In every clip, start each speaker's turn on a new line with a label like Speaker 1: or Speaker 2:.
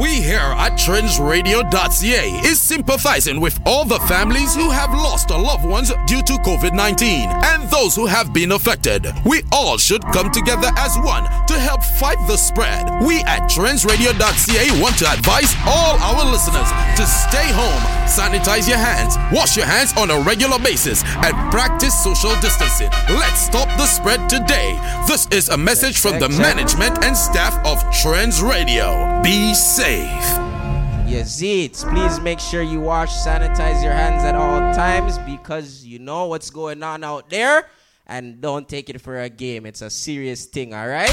Speaker 1: We here at trendsradio.ca is sympathizing with all the families who have lost their loved ones due to COVID 19 and those who have been affected. We all should come together as one to help fight the spread. We at trendsradio.ca want to advise all our listeners to stay home, sanitize your hands, wash your hands on a regular basis, and practice social distancing. Let's stop the spread today. This is a message from the management and staff of Trends Radio. Be safe.
Speaker 2: Yazid, please make sure you wash, sanitize your hands at all times because you know what's going on out there and don't take it for a game. It's a serious thing, all right?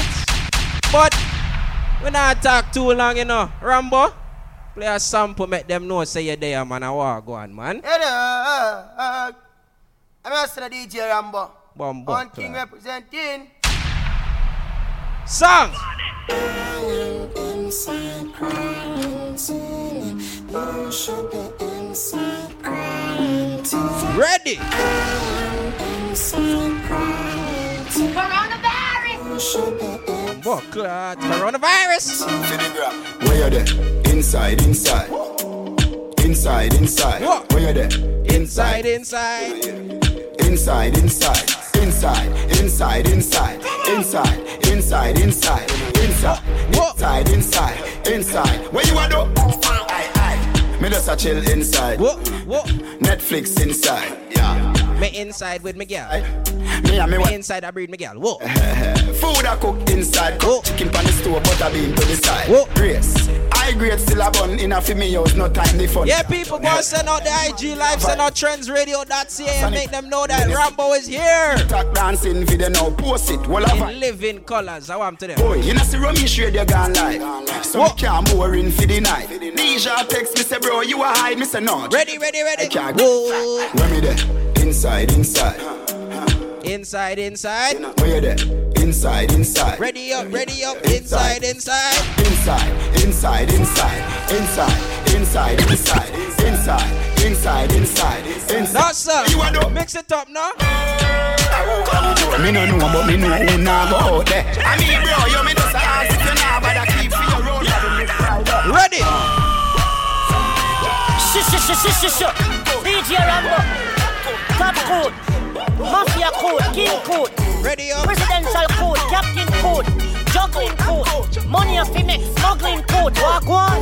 Speaker 2: But we not talk too long, you know. Rambo, play a sample, make them know say you're there, man. I walk, go on, man.
Speaker 3: Hello, uh, uh, I'm Master DJ Rambo.
Speaker 2: Bumbo.
Speaker 3: On King representing.
Speaker 2: Song! Ready! Bumbo, clot, coronavirus!
Speaker 4: Where you there? Inside, inside. Inside, inside.
Speaker 2: What?
Speaker 4: Where you there?
Speaker 2: Inside, inside.
Speaker 4: Inside, inside. Inside, inside, inside. Inside, inside, inside. Inside,
Speaker 2: What?
Speaker 4: inside, inside. Inside. Where you are though? Aye, aye. Me just a chill inside.
Speaker 2: Whoa, whoa.
Speaker 4: Netflix inside. Yeah.
Speaker 2: Me inside with Miguel.
Speaker 4: Aye. Me and me
Speaker 2: Me
Speaker 4: wife.
Speaker 2: inside I breed Miguel. Whoa.
Speaker 4: Food I cook inside,
Speaker 2: Whoa.
Speaker 4: cook chicken pan the stove, butter bean to the side.
Speaker 2: Whoa.
Speaker 4: Grace, I grade still a bun in a for me house, no time the fun.
Speaker 2: Yeah, people, go and send out the IG live, send out trendsradio.ca and make them know that Rambo is here
Speaker 4: Talk dancing video now, post it, well
Speaker 2: in
Speaker 4: I
Speaker 2: living colors. I want to them.
Speaker 4: Boy, you know see rummy shade you gone live. So
Speaker 2: Whoa.
Speaker 4: we can't more in for the night. Deja text me say bro, you a hide, me say no.
Speaker 2: Ready, ready, ready.
Speaker 4: I can't go.
Speaker 2: Whoa.
Speaker 4: Where me there? Inside, inside.
Speaker 2: Inside, inside.
Speaker 4: Where you there? Inside, inside.
Speaker 2: Ready up, ready up. Inside, inside.
Speaker 4: Inside, inside, inside, inside, inside, inside, inside, inside, inside, inside.
Speaker 2: Now, sir,
Speaker 4: You are the
Speaker 2: mix it up now.
Speaker 4: Me no know, but me know who nah go out there. I mean, bro, you me just ask if you nah bother keep for your road.
Speaker 2: Ready.
Speaker 5: Shh, shh, shh, shh, shh, shh. DJ Rambo. Top code. Mafia code. King code.
Speaker 2: Ready up.
Speaker 5: Presidential code. Captain code. Juggling code. Money of the mix. Smuggling code. Wagwan.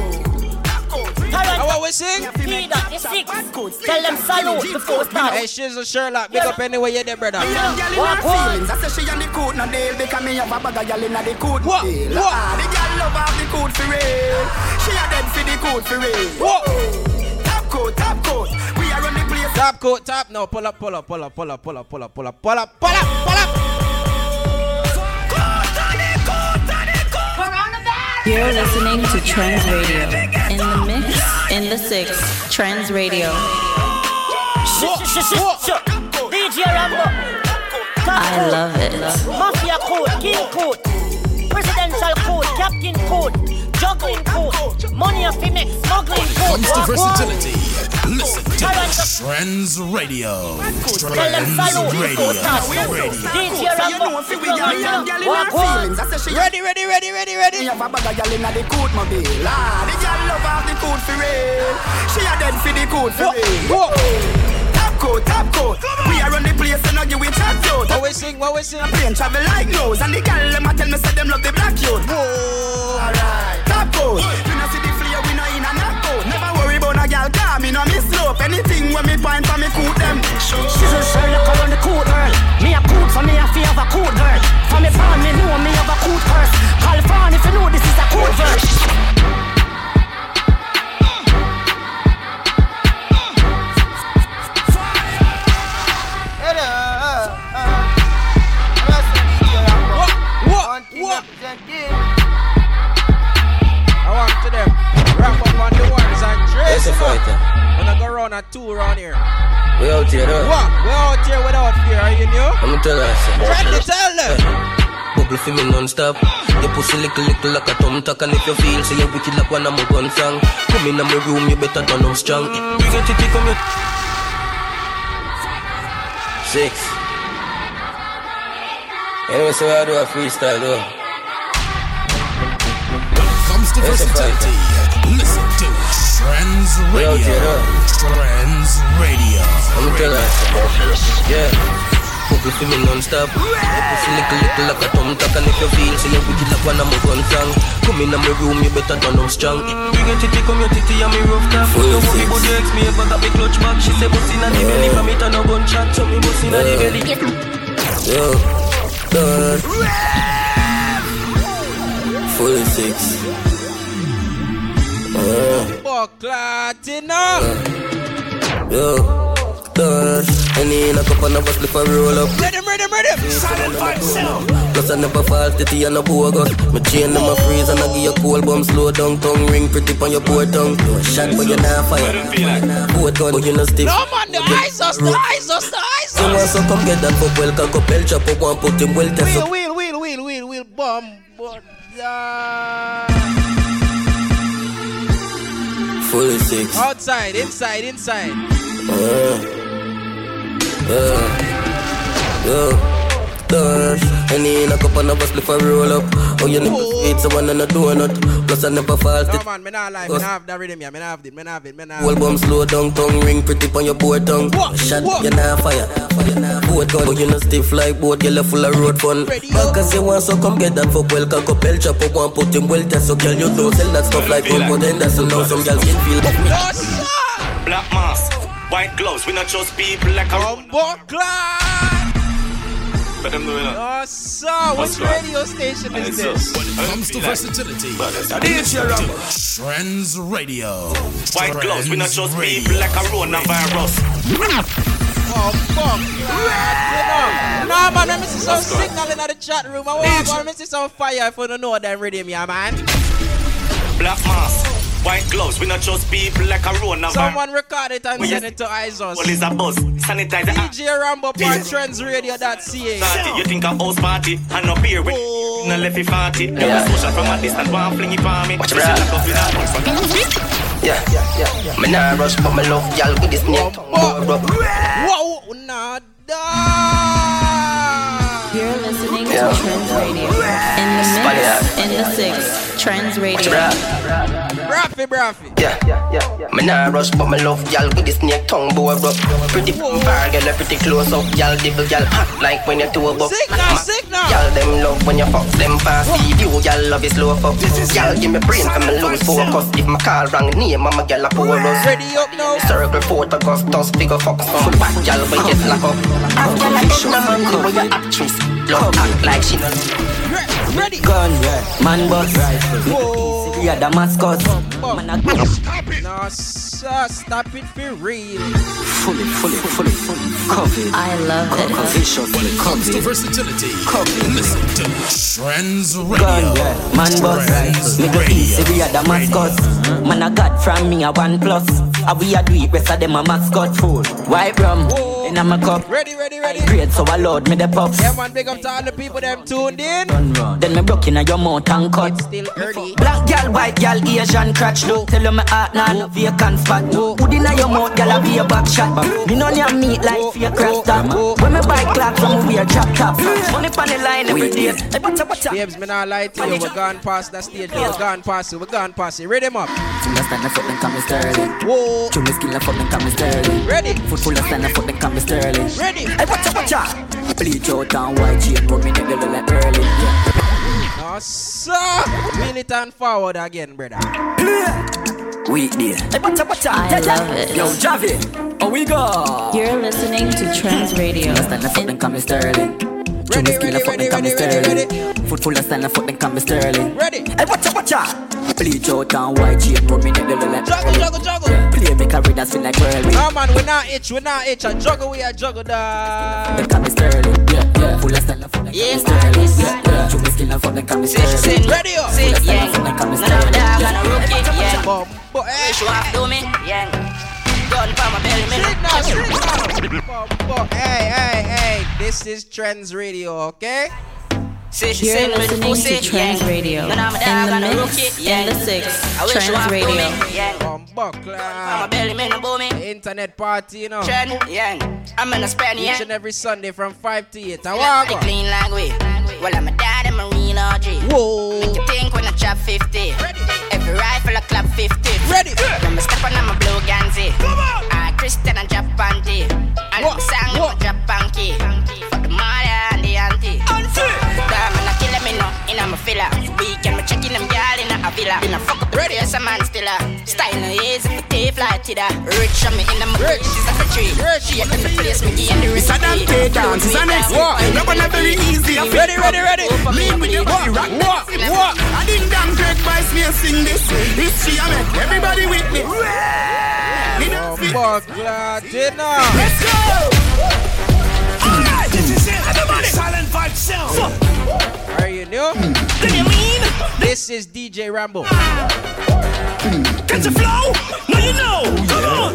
Speaker 2: Now
Speaker 5: Tyrant.
Speaker 2: what we sing?
Speaker 5: Leader. The six. Tell them salute before
Speaker 2: Hey,
Speaker 5: start.
Speaker 2: Shizzle Sherlock, big up anyway you're there, brother.
Speaker 5: Wagwan.
Speaker 4: I say she and the coot no deal because me have a bag of gyal inna the coot
Speaker 2: What?
Speaker 4: deal.
Speaker 2: What?
Speaker 4: Ah, the gyal love have the coot for real. She a dead for the coot for real.
Speaker 2: Whoa.
Speaker 4: Top coat, top coat, we are on the place.
Speaker 2: Top coat, top. No, pull up, pull up, pull up, pull up, pull up, pull up, pull up, pull up, pull up, pull up.
Speaker 6: You're listening to Trends Radio. In the mix, in the six, Trends Radio.
Speaker 5: Shh, shh, shh, shh, shh. DJ Rambo. Top
Speaker 6: I
Speaker 5: code.
Speaker 6: love it.
Speaker 5: Mafia code, king code, presidential code, captain code, juggling code, money of the mix, smuggling code.
Speaker 1: Comes to
Speaker 5: Walk, walk.
Speaker 1: versatility. Listen to Trends Radio.
Speaker 5: Tell them
Speaker 1: Trends
Speaker 5: salute before
Speaker 1: Radio.
Speaker 5: start. DJ
Speaker 4: So you know
Speaker 5: Rambo,
Speaker 4: if we
Speaker 5: come
Speaker 4: gyal
Speaker 5: on
Speaker 4: me
Speaker 5: now.
Speaker 4: and gyal inna
Speaker 5: Walk,
Speaker 4: feelings.
Speaker 5: walk.
Speaker 4: I say she
Speaker 2: Ready, ready, ready, ready, ready.
Speaker 4: Me have a bag of gyal inna the coot mobile. Ah, the gyal love have the coot for real. She a dead for the coot for
Speaker 2: Whoa, whoa.
Speaker 4: real. Top coat, top coat. We are on the place and I give it top coat.
Speaker 2: What we sing, what we sing.
Speaker 4: Plane travel like nose and the gyal them a tell me say them love the black youth.
Speaker 2: Whoa.
Speaker 4: Alright, top coat. You no see the flare, we no in a knock out. Never worry about a gyal car, me no miss slope. Anything when me point for me coot them.
Speaker 5: She's a Sherlock around the cool girl.
Speaker 2: eh?"
Speaker 5: Me a cool for me, I feel of a cool girl. For me fan, me know me have a cool curse. Call fan if you know this is a cool verse.
Speaker 3: Hello, uh, uh, I'm Master DJ Rambo.
Speaker 2: Whoa.
Speaker 3: On King
Speaker 2: Whoa.
Speaker 3: representing.
Speaker 2: I want to them. Wrap up on the ones and trace
Speaker 7: Yes, a
Speaker 2: them up.
Speaker 7: fighter.
Speaker 2: When I go round a two round here.
Speaker 7: We out here, though.
Speaker 2: What? We're out here without fear, are you new?
Speaker 7: I'ma tell her
Speaker 2: Try to tell
Speaker 7: something.
Speaker 2: them.
Speaker 7: Bubble for me non-stop. Your pussy little little like a thumbtack, and if you feel so you wicked like one of my gun song. Come in my room, you better turn on strong. Bring it to come here. Six. Anyway, so I do a freestyle though.
Speaker 1: Comes to
Speaker 7: Yes, a
Speaker 1: versatility. Listen to Trends
Speaker 7: Well,
Speaker 1: Radio.
Speaker 7: get up.
Speaker 1: Trends Radio.
Speaker 7: I'm telling Yeah. Bubble for me non-stop Your pussy little little like a thumbtack And if you feel say you wicked like one of my gun song Come in my room, you better turn up strong Bring your titty, come your titty and me rough top
Speaker 8: Four,
Speaker 7: Don't worry
Speaker 8: six.
Speaker 7: about the ex, me ever got me clutch back She say bust inna the belly from it and no gun shot So me bust inna the belly
Speaker 8: Yo, done. Full of six.
Speaker 7: Oh.
Speaker 2: Fuck, Latina.
Speaker 8: Yo, done. Any in a cup and a bus, a roll up.
Speaker 2: Ready, ready, ready.
Speaker 8: Plus I never fall titty and a bogus My chain them a freeze and I give you cold bum Slow down tongue ring pretty on your poor tongue Shot but you not fire Boat gun but you not stiff
Speaker 2: No, man, the eyes us, the eyes us, the eyes
Speaker 8: You want
Speaker 2: us.
Speaker 8: some come get that fuck well Cock up hell chop up one put him well test
Speaker 2: Wheel,
Speaker 8: up
Speaker 2: wheel, wheel, wheel, wheel, wheel, bomb. but, uh,
Speaker 8: Full six
Speaker 2: Outside, inside, inside.
Speaker 8: Uh, Yo Dash Any in a cup uh, and a bus lift a roll up Oh you never eat someone and a donut Plus I never fall
Speaker 2: No,
Speaker 8: titty
Speaker 2: man, me not lie. Me not have that rhythm, yeah. Me not have it, me not have it, me not have
Speaker 8: Well,
Speaker 2: it.
Speaker 8: bum slow down, tongue ring pretty on your poor tongue.
Speaker 2: What?
Speaker 8: Shot,
Speaker 2: What?
Speaker 8: you not fire. Boat gun, but you not stiff like boat, you left full of road fun.
Speaker 2: Radio.
Speaker 8: Back as you want, so come get that fuck well, cock up, hell, chop up one, put him well, test, so girl, you don't sell that stuff like one, but then that's so now some girls can feel.
Speaker 2: No, sir.
Speaker 9: Black mask, white gloves. We not just people like a
Speaker 2: Bomb, but,
Speaker 9: But them know it not.
Speaker 2: No, sir. What
Speaker 9: What's that?
Speaker 2: radio station
Speaker 9: And
Speaker 2: is
Speaker 9: it's
Speaker 2: this?
Speaker 9: us.
Speaker 1: Comes to versatility.
Speaker 9: I didn't hear a rumble.
Speaker 1: Trends Radio.
Speaker 9: White
Speaker 1: Trends
Speaker 9: gloves, we not just
Speaker 1: Radio.
Speaker 9: people like a coronavirus.
Speaker 2: Oh, fuck. Latina. Nah, man, let me see some signal in the chat room. I want to let me see some fire if I don't know them rhythm, yeah, man.
Speaker 9: Black mask, white gloves, we not just people like a coronavirus.
Speaker 2: Someone record it and
Speaker 9: Well,
Speaker 2: send
Speaker 9: yes.
Speaker 2: it to ISOS.
Speaker 9: Well, is a buzz, sanitize the act.
Speaker 2: DJ Rambo on
Speaker 9: Yes.
Speaker 2: trendsradio.ca.
Speaker 9: Party, you think a house party and up here with
Speaker 2: Oh.
Speaker 9: no lefty party. Yeah.
Speaker 8: Yeah.
Speaker 9: social from a distance, one fling it for me.
Speaker 8: Watch
Speaker 9: She
Speaker 8: it,
Speaker 9: lock up in her mouth from
Speaker 8: Yeah, yeah, yeah. Me nah rush, but me love y'all with this neck.
Speaker 2: Oh,
Speaker 8: More up.
Speaker 2: Whoa, nada.
Speaker 6: You're listening to
Speaker 8: Yeah.
Speaker 6: Trends Radio. In the mix,
Speaker 8: Spotted.
Speaker 6: in the six, Trends Radio.
Speaker 8: Bruh,
Speaker 2: Braffy, braffy.
Speaker 8: yeah, yeah, yeah. Me nah rush, but me love y'all with this neck tongue bored up. Pretty bar, girl, pretty close up, y'all devil, y'all hot like when you two above.
Speaker 2: Signal, signal.
Speaker 8: Y'all them love when you fuck them fast If you y'all love is slow fuck Y'all give me brain from me lose focus If my call wrong name I'm a girl a porous
Speaker 2: Ready up now.
Speaker 8: Circle photo Augustus figure fuck Full back y'all when get lock up Ask y'all a bitch no money when you actress Love act like she not
Speaker 2: Re- Ready.
Speaker 5: Gun, man bus, rifle, yeah, Damascus. Man, I
Speaker 2: No, sir, stop it for real.
Speaker 5: fully, fully, fully, fully covered.
Speaker 6: I love it.
Speaker 5: Viciously
Speaker 1: Comes to
Speaker 5: covered.
Speaker 1: versatility.
Speaker 5: Covered.
Speaker 1: Listen to Trends Radio.
Speaker 5: Gun, yeah. Man bus,
Speaker 1: Trends
Speaker 5: rifle, me the
Speaker 1: Radio.
Speaker 5: easy, we a Damascus. Man, I got from me a one plus. A we a do it, rest of them a mascot fool. White rum, in a cup.
Speaker 2: Ready, ready,
Speaker 5: I
Speaker 2: ready.
Speaker 5: Great, so I load me the puffs.
Speaker 2: Yeah, man, big up to all the people them tuned in.
Speaker 5: Then me broke inna your mouth and cut.
Speaker 2: It's still early.
Speaker 5: Black gal, white gal, Asian crotch low. Tell you my heart nah no vacant spot. Hood inna your mouth, gal a be a back shot. Me know your meat like fake crust top. When me buy clocks, I'ma wear drop top. Money pon the line every day. Hey, watcha, watcha.
Speaker 2: Babes, me not lie to you. We're gone past that stage. We're gone past it. We're gone past it. Rhythm up.
Speaker 5: Full of stand a foot and come sterling.
Speaker 2: Whoa.
Speaker 5: True me skill a foot and come sterling.
Speaker 2: Ready.
Speaker 5: Foot full of stand a foot and come sterling.
Speaker 2: Ready.
Speaker 5: Hey, watcha, watcha. Bleach out and white jean, prominent yellow like early.
Speaker 2: No, sir. Wheel it and forward again, brother.
Speaker 5: Weekday. Hey, watcha, watcha.
Speaker 6: I
Speaker 5: Yeah, yeah.
Speaker 6: love it.
Speaker 5: Yo, Javi, how we go?
Speaker 6: You're listening to Trends Radio.
Speaker 5: stand a foot and come sterling. True me skill a foot and come
Speaker 2: ready, ready,
Speaker 5: sterling. Foot full of stand a foot and come sterling.
Speaker 2: Ready.
Speaker 5: Hey, watcha, watcha. Bleach out and white jean, prominent yellow like
Speaker 2: Juggle, juggle, juggle.
Speaker 5: Play make a red and spin like whirlwind.
Speaker 2: No, man, we not itch. We not itch. I juggle, we a juggle, da.
Speaker 5: Then come is sterling, yeah, yeah. Full of style and full of
Speaker 10: Yeah.
Speaker 5: sterling, yeah, yeah. True me skill and full of come is
Speaker 10: Say she
Speaker 5: sterling.
Speaker 10: said,
Speaker 2: Ready up.
Speaker 10: say yeah.
Speaker 5: Full of come is
Speaker 10: None of
Speaker 5: sterling,
Speaker 10: them
Speaker 5: yeah.
Speaker 10: gonna rook it, yeah.
Speaker 2: Bum, bu- eh.
Speaker 10: Show off to me, yeah. Gun for my belly, me.
Speaker 2: Signal, signal. Bum, bu- Hey, hey, hey. This is Trends Radio, okay?
Speaker 10: Say she
Speaker 6: You're
Speaker 10: send me the
Speaker 6: listening
Speaker 10: pussy,
Speaker 6: to Trends
Speaker 10: yeah.
Speaker 6: Radio. In
Speaker 10: None of them
Speaker 6: the
Speaker 10: gonna rook it,
Speaker 6: mix,
Speaker 10: yeah.
Speaker 6: in the six,
Speaker 10: I wish you
Speaker 6: Trends
Speaker 10: off to me,
Speaker 6: Radio.
Speaker 10: yeah.
Speaker 2: Bum, bu-
Speaker 10: For my
Speaker 2: clap.
Speaker 10: belly, me no boomy.
Speaker 2: Internet party, you know.
Speaker 10: Trend, yeah. I'm in a Spanish,
Speaker 2: Each
Speaker 10: yeah.
Speaker 2: and every Sunday from 5 to 8. I
Speaker 10: Look, I
Speaker 2: want
Speaker 10: clean like we. Well, I'm a dad, I'm a Reno G.
Speaker 2: Whoa.
Speaker 10: Make you think when I chop 50. Every
Speaker 11: Rifle a club 50.
Speaker 2: Ready.
Speaker 11: When me step on, I'm a blue ganzi. Ah, Christian and Japan D. And the song, I'm a Japan key. For the mother and the auntie. Damn, man, I kill me no. In a me filler. Weekend, me checking them gal in a villa. In a fuck up the place, a man still a. Style no easy, for tea fly to the. Rich on me in the rich. This is a tree. She up in the place, me give the
Speaker 4: It's a damn play dance, it's an exploit. No one are very easy.
Speaker 2: Ready, ready, ready.
Speaker 4: Lean with your body, rock, walk, walk. I didn't damn take my smear, sing this. This she I make everybody witness. Me
Speaker 2: don't fit. Let's
Speaker 4: go.
Speaker 12: Alright, this is it. Everybody. Silent vibe sound.
Speaker 2: Are you new?
Speaker 12: Do you mean?
Speaker 2: This is DJ Rambo.
Speaker 13: Ah,
Speaker 12: Catch a flow? No, you know. Come on.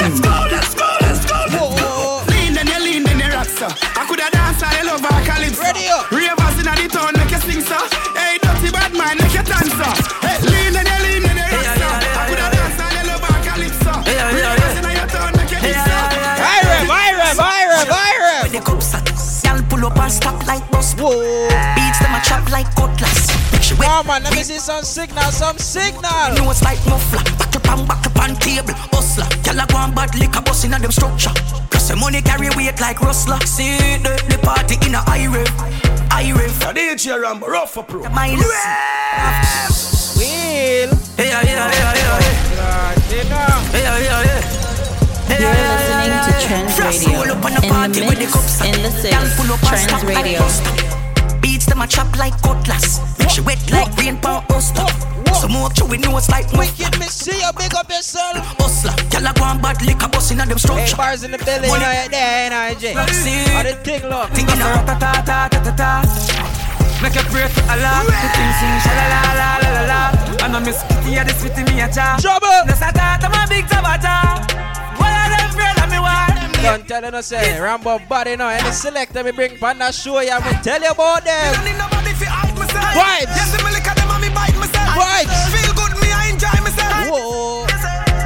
Speaker 12: Let's go, let's go, let's go, let's go.
Speaker 4: Lean then you lean then you rock so. I coulda danced all the over calypso.
Speaker 12: Ready up.
Speaker 4: Ravers inna the town make you sing so. Hey dirty bad man make you dance so. Hey lean then you lean then you rock so. I coulda danced all the over calypso. Ravers inna your town make you dance so. Hey
Speaker 2: Irem, Irem, Irem, Irem.
Speaker 13: When the cops at Y'all pull up and stop like bus.
Speaker 2: Whoa.
Speaker 13: Beats them a chop like cutlass. Make she wet.
Speaker 2: Oh man, let me see some signal, some signal.
Speaker 13: Nose like muffler. Back up and back up on table. Hustler. Y'all a go and bad liquor bus inna them structure. Plus the money carry weight like rustler. See the, the party in a high rev. High rev.
Speaker 12: DJ Rambo, rough up, bro.
Speaker 13: My
Speaker 2: Wheel.
Speaker 13: Hey, yeah, yeah, yeah, yeah.
Speaker 2: Platina.
Speaker 6: You're listening to Trends Radio. In the mix, in the six, Trends Radio.
Speaker 13: Beats them a chop like cutlass. Make she wet like rain power hustler. Some more chewy nose like wicked.
Speaker 2: Let me see you big up yourself.
Speaker 13: Hustler. Y'all a go and bad liquor bus inna them
Speaker 2: Hey,
Speaker 13: structure.
Speaker 2: bars in the building, you know it there, you know it, Jay. How the thing look?
Speaker 13: Think in a
Speaker 14: Make a pray for Allah. The thing sing sha la la la la la la. And I miss Kitty and this with me a cha.
Speaker 2: Trouble.
Speaker 14: Nessa ta ta my big tabata. What are them friend of me want?
Speaker 2: Don't tell you no say, Rambo body now, and the selector me bring panda show you, and we tell you about them.
Speaker 14: Don't need nobody fi hide myself.
Speaker 2: Vibes.
Speaker 14: Yes, me lick at them and me bite myself.
Speaker 2: Vibes.
Speaker 14: Feel good, me I enjoy myself.
Speaker 2: Whoa.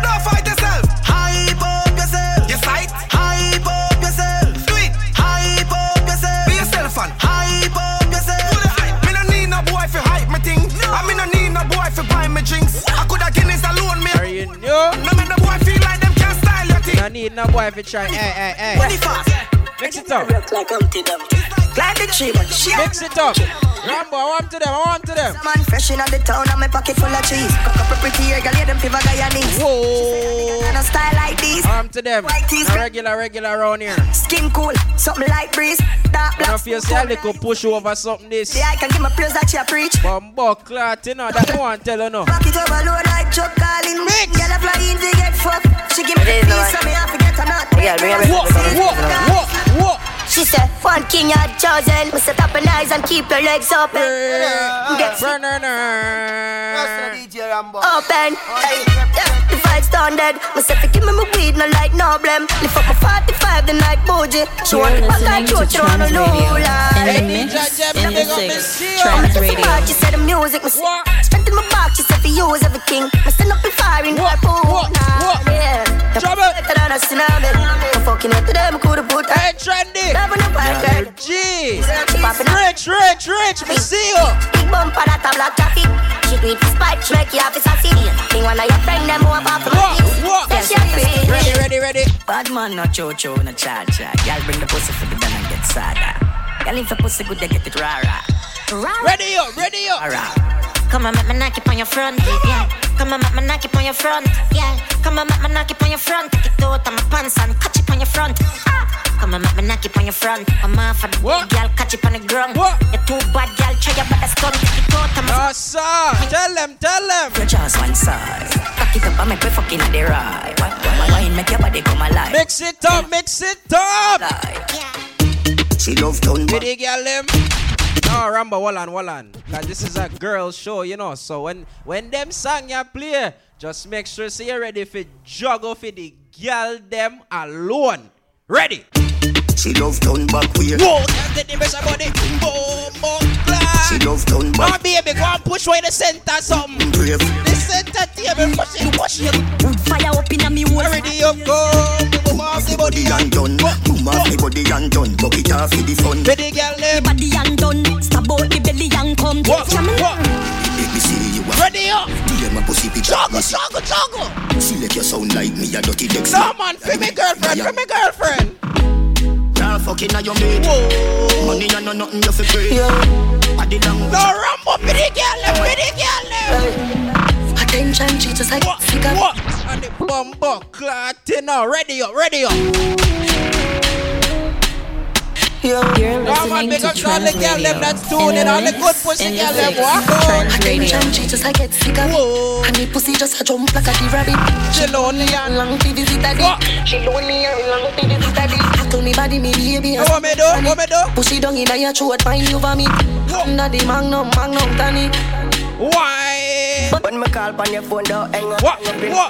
Speaker 14: Don't fight yourself. Hype up yourself. You fight. Hype up yourself. Do it. Hype up yourself. Be yourself and hype up yourself. Who the hype? Me no need no boy for hype me thing. I me no need no boy for buy me drinks. I coulda Guinness alone me.
Speaker 2: Are you new?
Speaker 14: No make the boy feel like them can't style your thing.
Speaker 2: No need no boy if you try. Hey, hey, hey.
Speaker 14: fast.
Speaker 2: Mix it up.
Speaker 14: Like Humpty Dumpty. Like the tree, but she
Speaker 2: Mix it up. Rambo, I want to them. I want to them.
Speaker 13: Man fresh in on the town and my pocket full of cheese. Cock up a pretty hair, girl, yeah, them fever Guyanese.
Speaker 2: Whoa.
Speaker 13: And a style like this,
Speaker 2: Arm to them. A regular, regular round here.
Speaker 13: skin cool, something light breeze, dark
Speaker 2: When
Speaker 13: black.
Speaker 2: I feel
Speaker 13: skin
Speaker 2: say they could push you over something this.
Speaker 13: The eye can give my praise that you preach.
Speaker 2: Bumbo clot, you know, that no one tell you no.
Speaker 13: Rock it overload like Chuck Collin.
Speaker 2: Mix.
Speaker 13: Girl, I fly in to get fucked. She give me
Speaker 11: It is
Speaker 13: the
Speaker 11: the
Speaker 13: piece
Speaker 11: one.
Speaker 13: of me, I forget her not.
Speaker 11: Yeah, really.
Speaker 2: Walk, walk, walk, walk.
Speaker 5: She said, one king had chosen. Must set up an eyes and keep your legs open. Get
Speaker 2: Burner,
Speaker 15: That's
Speaker 2: burner.
Speaker 15: the DJ Rambo.
Speaker 5: open. Hey, yeah, the vibe's done dead. Must say, give me my weed, no light, no blame. Lift up a 45, the night bougie. She
Speaker 6: You're
Speaker 5: want the back and
Speaker 6: listening to
Speaker 5: throat, she want
Speaker 6: Trends
Speaker 5: a
Speaker 6: Radio. In the
Speaker 5: lula.
Speaker 6: mix, in the
Speaker 5: I'm
Speaker 6: six, Trends
Speaker 5: just a
Speaker 6: Radio.
Speaker 5: rock, she said the music. Must spent in my box, she said for you is everything. Must stand up and fire in her pool.
Speaker 2: What?
Speaker 5: Nah,
Speaker 2: What?
Speaker 5: yeah. The
Speaker 2: Trouble.
Speaker 5: better than a tsunami. I'm fucking with them, coulda put her.
Speaker 2: Hey, trendy.
Speaker 5: Love on the bike, girl.
Speaker 2: Jeez.
Speaker 5: Popping up.
Speaker 2: Rich, rich, rich. Me see you.
Speaker 5: Big bumper that a black traffic. She do it for spite, she make you have a sassy. Think one of your friend them over for
Speaker 2: Walk,
Speaker 5: money.
Speaker 2: walk.
Speaker 5: Say she a pretty.
Speaker 2: Ready, ready, ready.
Speaker 13: Bad man, no cho-cho, no cha-cha. Y'all bring the pussy for the gun and get sada. Y'all if the pussy good, they get it rara.
Speaker 5: Right.
Speaker 2: Ready up, ready up.
Speaker 13: Rara.
Speaker 16: Come and make me knock it on your front, yeah. Come and make me knock it on your front, yeah. Come and make me knock it on your front. Take it out of my pants and catch it on your front. Ah. Come and make me knock it on your front. I'm off of the
Speaker 2: What?
Speaker 16: girl, catch it on the ground.
Speaker 2: What?
Speaker 16: You're too bad, girl. Try your best stunt. Take it out of my
Speaker 2: Awesome. Tell them, tell them.
Speaker 13: Your jaws one side. Cock it up and make me fucking at the right. Why, why, why, why make your body come alive?
Speaker 2: Mix it up, mix it up.
Speaker 13: Lie.
Speaker 4: She love town
Speaker 2: With the girl them. No, Rambo, hold on, hold on. Cause this is a girl show, you know. So when when them song you play, just make sure say you're ready for juggle for the girl them alone. Ready?
Speaker 4: She love town back way.
Speaker 2: Whoa, can't take the rest of body. Boom, boom,
Speaker 4: She
Speaker 2: clap.
Speaker 4: love town
Speaker 2: Oh,
Speaker 4: back
Speaker 2: baby, go and push away the center something.
Speaker 4: brave.
Speaker 2: The center table, push it, push it.
Speaker 16: fire up in a me hole.
Speaker 2: Ready up, go. Boom off the body
Speaker 4: Body and
Speaker 2: and
Speaker 4: done. Boom off the body and done. Bucket off for the fun.
Speaker 2: with the girl them.
Speaker 16: Body and done. Stab out the belly and come.
Speaker 2: What? What?
Speaker 4: Let me see you.
Speaker 2: Togo.
Speaker 12: Select your sound like me, a dirty Dexter.
Speaker 2: No man, for me girlfriend, for me girlfriend.
Speaker 12: Nah, fucking on your maid. Money and no nothing you fi pay. Body language.
Speaker 2: No rumble, pretty girl, pretty girl.
Speaker 13: Attention, Jesus, I what? figure.
Speaker 2: What? And the bumbo clotting now. Ready up, ready up.
Speaker 6: You're
Speaker 2: Come on,
Speaker 6: listening
Speaker 2: big
Speaker 6: to
Speaker 2: up to all the
Speaker 6: Trans
Speaker 2: girl them
Speaker 6: Radio.
Speaker 2: that's tuning, all the good pussy girl them walk out.
Speaker 13: Attention, Jesus, I get sicker. And the pussy just a jump like a the rabbit.
Speaker 2: She lonely
Speaker 13: and long to visit a dick. She lonely and long to visit a dick. I told me body, me baby. I
Speaker 2: What me do? What me do?
Speaker 13: Pussy down in your throat, find you for me. Under the magnum, magnum, tanny.
Speaker 2: Why?
Speaker 5: When me call on your phone, don't hang up. What?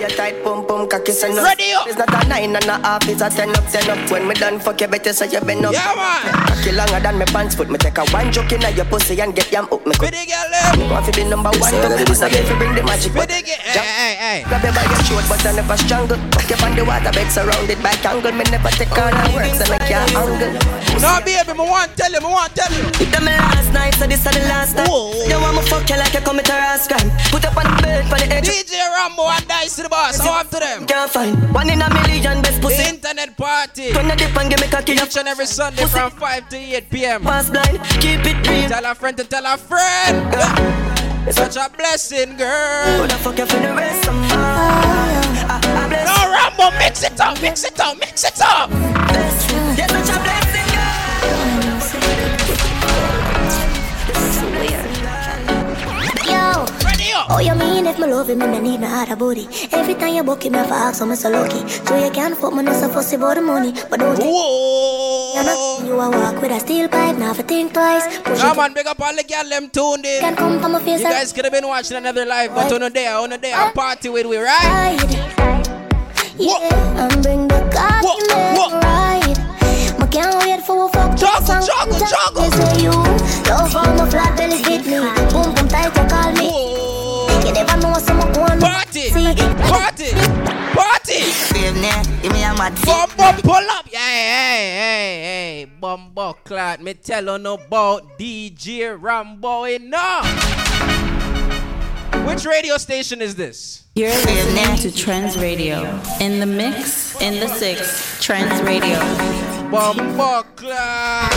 Speaker 5: Your tight pum pum cocky send up.
Speaker 2: Ready up.
Speaker 5: It's not a nine and a half, it's a ten up, ten up. When me done fuck you, better say you been up.
Speaker 2: Yeah, man.
Speaker 5: Cocky longer than me pants foot. Me take a one joke inna your pussy and get yam up. Me
Speaker 2: Pretty girl eh?
Speaker 5: Me want fi be number one. Cocky this a girl fi bring the magic. Pretty
Speaker 2: girl. eh, Hey, hey, hey.
Speaker 5: Grab you by your throat, but I never strangle. Fuck you on the water bed, surrounded by jungle. Me never take on and work, so me can't angle.
Speaker 2: No, baby, me want tell you, me want tell you.
Speaker 13: You done me last night, so this is the last time. You want me fuck you like you commit a rash crime. Put up on the bed for the edge.
Speaker 2: DJ Rambo and Dice the boss. How after them?
Speaker 13: Can't find one in a million best
Speaker 2: The
Speaker 13: pussy.
Speaker 2: internet party.
Speaker 13: Turn the dip and give me cocky.
Speaker 2: Each and every Sunday from 5 to 8 p.m.
Speaker 13: Pass blind, keep it real.
Speaker 2: Tell a friend to tell a friend. It's such a blessing, girl. No, Rambo, mix it up, mix it up, mix it up.
Speaker 13: Yo.
Speaker 2: up.
Speaker 13: Oh, you mean if me love him and I need no other body? Every time you book him, I for ask, I'm so lucky. So you can't fuck me, not so fussy about the money. But don't you? You know, you a walk with a steel pipe, now for think twice. Push
Speaker 2: Come
Speaker 13: it.
Speaker 2: on, big up all the girl them tuned in.
Speaker 13: Can come from a face
Speaker 2: You
Speaker 13: and-
Speaker 2: guys could have been watching another live, but on a day, on a day, I party with we, right?
Speaker 13: Yeah, and bring the cocky man right. Me can't wait for a fuck
Speaker 2: Juggle, juggle, juggle.
Speaker 13: Yes, say you love how my flat belly hit me. Boom, boom, tight, you call me. You never know what's going on.
Speaker 2: Party, party, party.
Speaker 13: give me a mad
Speaker 2: Bumbo pull up, yeah, hey, hey, hey, Bumbo clot. Me tell on about DJ Rambo enough. Which radio station is this?
Speaker 6: You're listening to Trans Radio. In the mix, in the six, Trans Radio.
Speaker 2: Bumbo
Speaker 13: Uh,